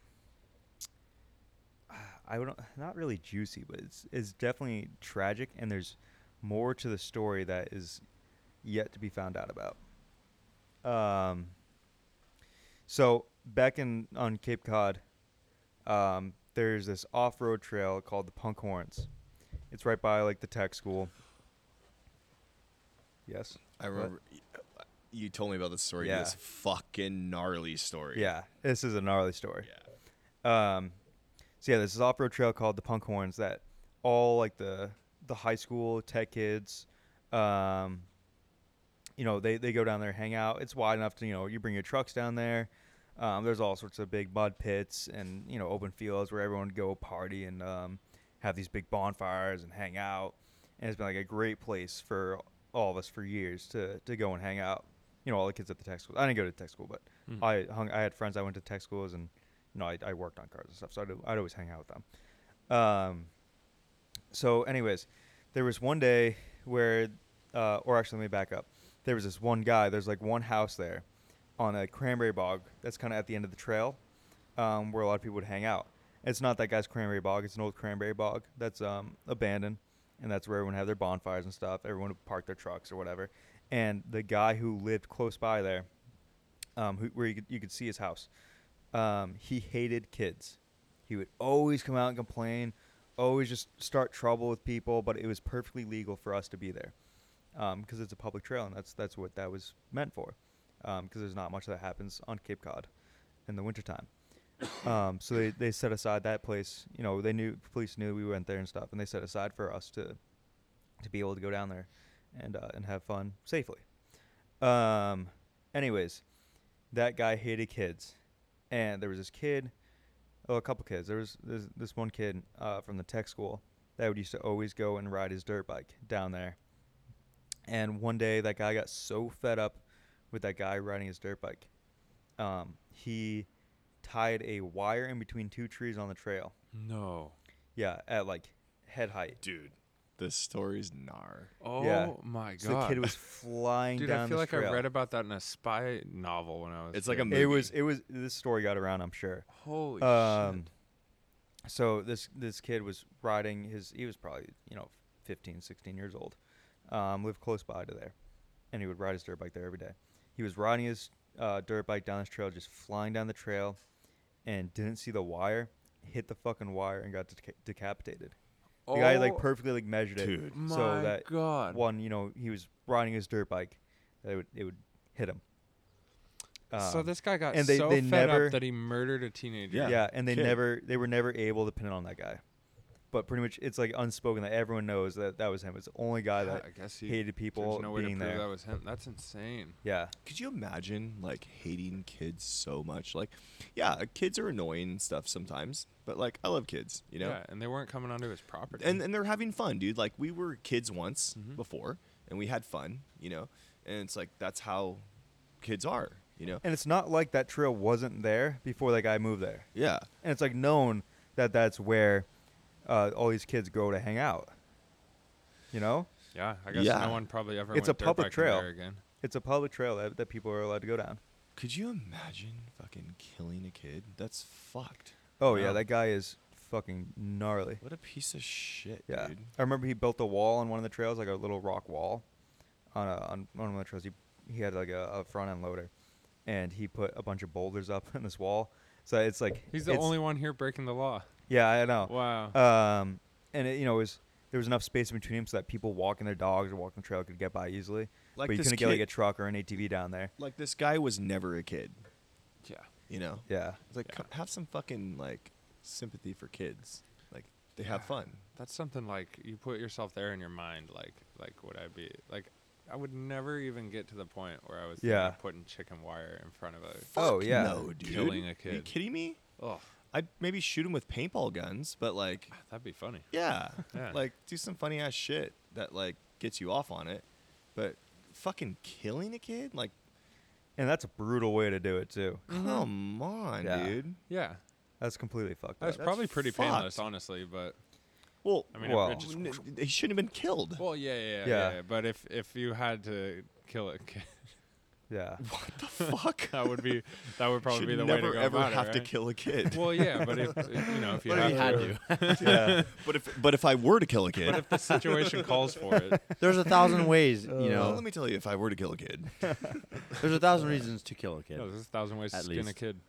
I would not really juicy, but it's it's definitely tragic, and there's more to the story that is yet to be found out about. Um, so back in on Cape Cod, um, there's this off-road trail called the Punk Horns. It's right by like the tech school. Yes. I remember you told me about this story. Yeah. This fucking gnarly story. Yeah, this is a gnarly story. Yeah. Um, so yeah, this is off road trail called the Punk Horns that all like the the high school tech kids, um, you know, they they go down there, hang out. It's wide enough to you know you bring your trucks down there. Um, there's all sorts of big mud pits and you know open fields where everyone would go party and um, have these big bonfires and hang out. And it's been like a great place for all of us for years to to go and hang out. You know, all the kids at the tech school. I didn't go to tech school, but I hung. I had friends I went to tech schools, and you know, I, I worked on cars and stuff, so I'd, I'd always hang out with them. Um, so, anyways, there was one day where, uh, or actually, let me back up. There was this one guy. There's like one house there, on a cranberry bog that's kind of at the end of the trail, um, where a lot of people would hang out. It's not that guy's cranberry bog. It's an old cranberry bog that's um, abandoned, and that's where everyone had their bonfires and stuff. Everyone would park their trucks or whatever. And the guy who lived close by there, um, who, where you could, you could see his house. Um, he hated kids. He would always come out and complain, always just start trouble with people. But it was perfectly legal for us to be there because it's a public trail, and that's that's what that was meant for. Because there's not much that happens on Cape Cod in the wintertime. Um, so they, they set aside that place. You know, they knew police knew we went there and stuff, and they set aside for us to to be able to go down there and uh, and have fun safely. Um, anyways, that guy hated kids, and there was this kid, oh, a couple kids. There was this, this one kid uh, from the tech school that would used to always go and ride his dirt bike down there. And one day, that guy got so fed up with that guy riding his dirt bike, um, he tied a wire in between two trees on the trail. no. Yeah, at like head height. Dude, this story's gnar. Oh Yeah. my god. So the kid was flying Dude, down I feel this like trail. I read about that in a spy novel when I was. It's like a kid. movie. It was it was this story got around, I'm sure. holy um, So this this kid was riding his. He was probably you know 15, 16 years old. Um, lived close by to there, and he would ride his dirt bike there every day. He was riding his uh, dirt bike down this trail, just flying down the trail, and didn't see the wire. Hit the fucking wire and got deca- decapitated. The shit. guy like Oh perfectly like measured it, Dude. my so that god. one you know he was riding his dirt bike, that it would it would hit him. so Um, this guy got and they- so they fed never- up that he murdered a teenager. Yeah, Yeah, and they kid. never they were never able to pin it on that guy. But pretty much it's like unspoken that everyone knows that that was him. It's the only guy God, that I guess he hated people There's no way to being prove there. that was him. That's insane. Yeah. Could you imagine like hating kids so much? Like, yeah, kids are annoying and stuff sometimes, but like I love kids, you know. Yeah, and they weren't coming onto his property. And and they're having fun, dude. Like we were kids once Mm-hmm. before, and we had fun, you know. And it's like that's how kids are, you know. And it's not like that trail wasn't there before that guy moved there. Yeah, And it's like known that that's where uh, all these kids go to hang out. You know? yeah, I guess Yeah. no one probably ever. It's a went dirt public biking trail. there again. It's a public trail that, that people are allowed to go down. Could you imagine fucking killing a kid? That's fucked. Oh yeah, Wow. that guy is fucking gnarly. What a piece of shit, Yeah, dude. I remember he built a wall on one of the trails, like a little rock wall, on a, on one of the trails. He he had like a, a front end loader, and he put a bunch of boulders up in this wall, So it's like He's the it's- Oh. only one here breaking the law. Yeah, I know. Wow. Um, and it, you know, it was there was enough space in between them so that people walking their dogs or walking the trail could get by easily. Like but you this couldn't get like kid- a truck or an ATV down there. Like this guy was never a kid, yeah. you know. Yeah. It's like "Come- have some fucking like sympathy for kids. Like they have fun. That's something like you put yourself there in your mind, like like would I be like I would never even get to the point where I was thinking Yeah. of putting chicken wire in front of a Oh, Fuck yeah. no, dude. Killing a Are you kid. kidding me? Oh, I'd maybe shoot him with paintball guns, but like, that'd be funny. yeah, Yeah. like do some funny ass shit that like gets you off on it. But fucking killing a kid, like, And that's a brutal way to do it too. come on, Mm-hmm. Yeah. dude. Yeah. That's completely fucked That's up. probably pretty painless, fucked. honestly, but Well, I mean, Well. it just, n- he shouldn't have been killed. well, yeah, yeah, yeah, Yeah. yeah, But if if you had to kill a kid, Yeah. what the fuck? that would be that would probably should be the way never to go ever about it, have to right? kill a kid. Well, yeah, but if you know if you But if had, you to, yeah. but if but if I were to kill a kid, but if the situation calls for it, There's a thousand ways, you Well, know. Uh, let me tell you, if I were to kill a kid, There's a thousand reasons to kill a kid. no, there's a thousand ways At to skin a least. kid.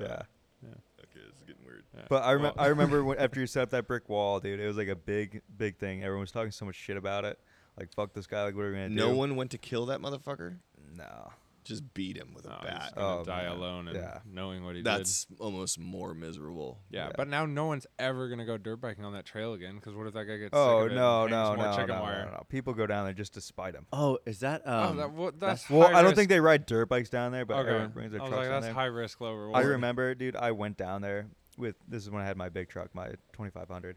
Yeah. Okay, this is getting weird. Yeah. But I, rem- Well, I remember when, after you set up that brick wall, dude, it was like a big, big thing. Everyone was talking so much shit about it. Like, fuck this guy. Like, what are we going to do? No one went to kill that motherfucker. No. Just beat him with a no, he's bat. gonna Oh, die man. alone and Yeah. knowing what he That's almost more miserable. did. Yeah, yeah. but now no one's ever gonna go dirt biking on that trail again. Because what if that guy gets Oh, sick of it no, and hangs no, no, more no, chicken no, wire? no, no. People go down there just to spite him. Oh, is that Oh, um? that, well, that's Well, high I don't risk. think they ride dirt bikes down there, but Okay. everyone brings their I was trucks like, down there. that's high risk, low reward. I remember, dude. I went down there with this is when I had my big truck, my 2500,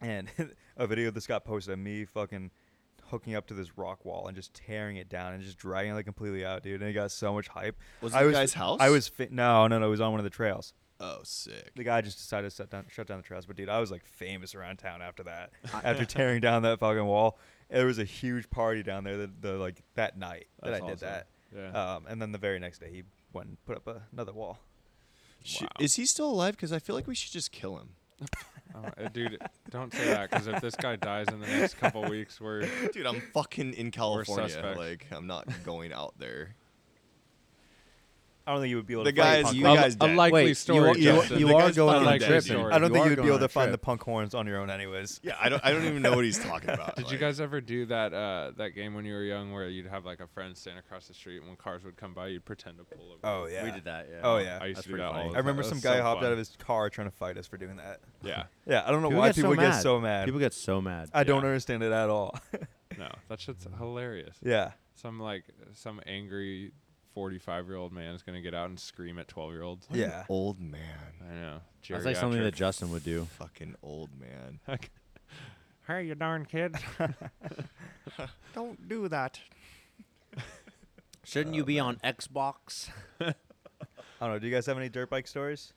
and a video of this got posted of me fucking hooking up to this rock wall and just tearing it down and just dragging it like completely out, dude. And it got so much hype. Was it I the was, guy's house? I was fa- no, no, no. It was on one of the trails. Oh, sick. The guy just decided to shut down, shut down the trails. But dude, I was like famous around town after that. after tearing down that fucking wall, there was a huge party down there. The, the like that night that I That's did awesome. that. Yeah. Um, and then the very next day, he went and put up a, another wall. Sh- Is he still alive? Because I feel like we should just kill him. Oh, uh, dude, don't say that because if this guy dies in the next couple weeks, we're Dude, I'm fucking in California. suspects. Like, I'm not going out there. I don't think you would be able The to. find guys- punk you horns. guys- dead. a likely Wait, story. you, are- Justin. you, The you are guy's going fucking on a dead, trip. dude. and I don't are think you'd be going able on a to find the trip. punk horns on your own, anyways. Yeah, I don't. I don't even know what he's talking about. Did you like- guys ever do that uh, that game when you were young where you'd have like a friend stand across the street and when cars would come by, you'd pretend to pull over? Oh yeah. We did that. Yeah. Oh yeah. I I, used That's to do pretty that all funny. the I remember time. some That was guy so hopped out fun. of his car trying to fight us for doing that. Yeah. Yeah, I don't know People why get so people get mad. so mad. People get so mad. I don't Yeah. understand it at all. No, that shit's hilarious. yeah. Some like some angry 45 year old man is gonna get out and scream at 12 year olds. Yeah. Old man, I know. That's like something that Geriatric. Justin would do. fucking old man. Hey, you darn kid. Don't do that. Shouldn't you be on Xbox? I don't know. Do you guys have any dirt bike stories?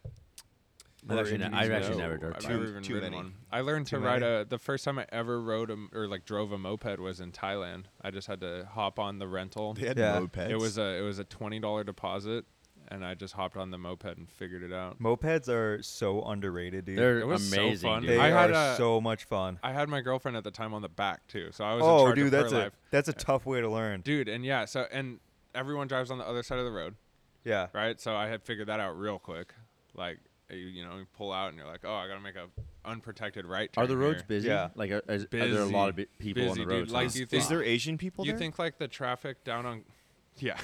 I've actually, ne- I've actually No, never dirt I've biked. never Too- even too ridden many. one. I learned to Too ride many? a. The first time I ever rode a, m- or like drove a moped was in Thailand. I just had to hop on the rental. They had Yeah. mopeds. It was a it was a twenty dollar deposit, and I just hopped on the moped and figured it out. Mopeds are so underrated, dude. They're It was so amazing. fun. They dude. I had are a- so much fun. I had my girlfriend at the time on the back too, so I was in Oh, charge dude, of that's her a life. that's a tough way to learn. Dude, and yeah, so and everyone drives on the other side of the road, yeah. right? So I had figured that out real quick. Like eh, you, you know, you pull out and you're like, oh, I gotta make a unprotected right turn. Are the roads here." busy? Yeah. Like, are, is- are there a lot of Busy. bi- people on Busy, the dude. roads? Like, huh? you think- Is there Asian people You there? think like the traffic down on, yeah,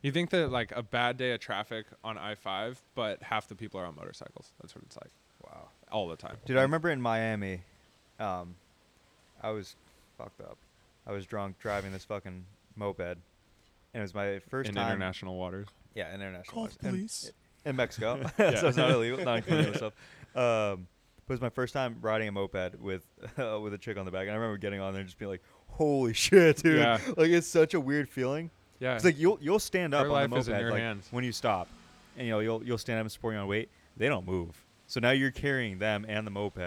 you think that like a bad day of traffic on I five, but half the people are on motorcycles. That's what it's like. Wow, all the time. Dude, I remember in Miami, um, I was fucked up. I was drunk driving this fucking moped, and it was my first in time. international waters. Yeah, international. Call waters. And- police. in Mexico, so it's not illegal. Not including myself. Um, but it was my first time riding a moped with uh, with a chick on the back, and I remember getting on there and just being like, "Holy shit, dude! Yeah. Like it's such a weird feeling." Yeah, It's like you'll you'll stand up Her on the life moped is in Uh, your like, hands. when you stop, and you know you'll you'll stand up and support your own weight. They don't move, so now you're carrying them and the moped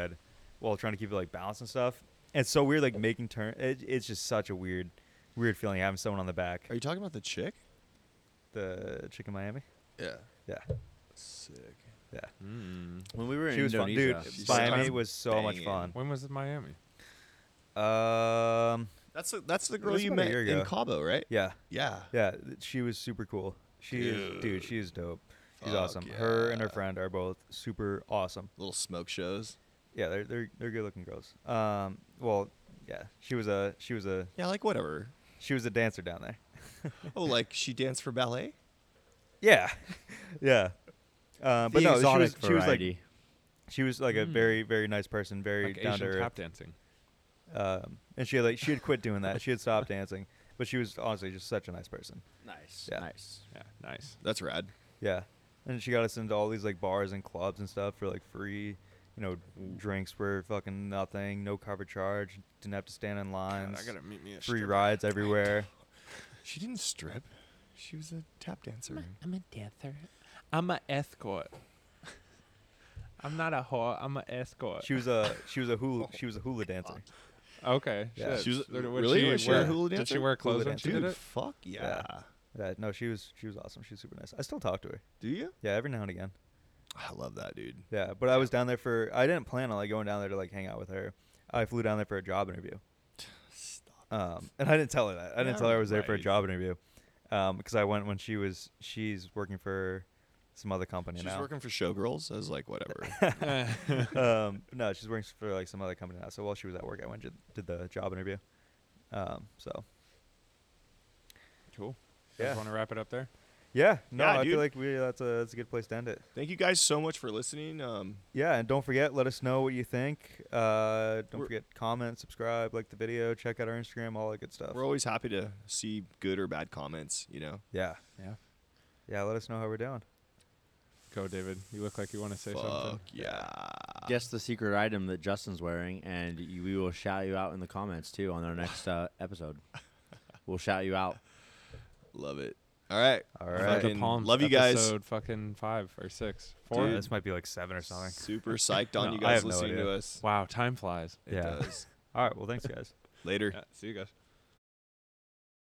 while trying to keep it like balanced and stuff. And it's so weird, like making turn. It, it's just such a weird, weird feeling having someone on the back. Are you talking about the chick? The chick in Miami. Yeah. Yeah, Sick. yeah. when we were in She was fun, dude. Indonesia, She's Miami fucking was so much banging. fun. when was it Miami? Um, That's the that's the It girl was you about a met year in ago. Cabo, right? yeah, Yeah. yeah. th- She was super cool. She is, dude. She is dope. She's Fuck awesome. Her and her yeah. friend are both super awesome. Little smoke shows. Yeah, they're they're they're good looking girls. Um, well, yeah, she was a she was a Yeah, like whatever. she was a dancer down there. Oh, like she danced for ballet? Yeah, yeah. Uh, but the no, she exotic was, she was like variety. she was like a very very nice person, very Hmm. Like down to Asian earth. tap dancing. um, and she had like she had quit doing that. She had stopped dancing, but she was honestly just such a nice person. nice, Yeah. nice. Yeah, nice. That's rad. Yeah, and she got us into all these like bars and clubs and stuff for like free. You know, drinks were fucking nothing, no cover charge. Didn't have to stand in lines. I gotta meet me a free rides everywhere. She didn't strip. She was a tap dancer. I'm a dancer. I'm a escort. I'm not a whore. I'm an escort. She was a she was a hula Oh, she was a hula dancer. okay. Yeah. shit. She was- Did- really? She Was she a wear, hula Did she dancer? wear clothes Hula when she Dude, did it? fuck yeah. Yeah, no, she was she was awesome. She's super nice. I still talk to her. Do you? Yeah, every now and again. I love that, dude. Yeah, but I was down there for I didn't plan on like going down there to like hang out with her. I flew down there for a job interview. Stop. Um, and I didn't tell her that. I didn't tell her I was there for a Alright. job interview. Um, because I went when she was she's working for some other company She's now. working for showgirls. I was like, whatever. um, no, she's working for like some other company now. So while she was at work, I went and did the job interview. Um, so Cool. You guys yeah, want to wrap it up there? yeah. No, Yeah, I dude. feel like we that's a that's a good place to end it. Thank you guys so much for listening. Um, yeah and don't forget let us know what you think uh, don't We're- forget comment subscribe like the video check out our instagram all that good stuff we're always happy to see good or bad comments, you know? yeah Yeah. yeah let us know how we're doing Go, David. You look like you want to say something. Fuck yeah. Guess the secret item that Justin's wearing, and y we will shout you out in the comments too on our next uh, episode. We'll shout you out. Love it. All right. all Love right the Fucking palms. love you guys. Episode fucking five or six, four. Dude. this might be like seven or something. Super psyched on No, you I guys have no listening to idea. us. Wow, time flies. It Yeah. does. all right well thanks guys Later. Yeah, see you guys.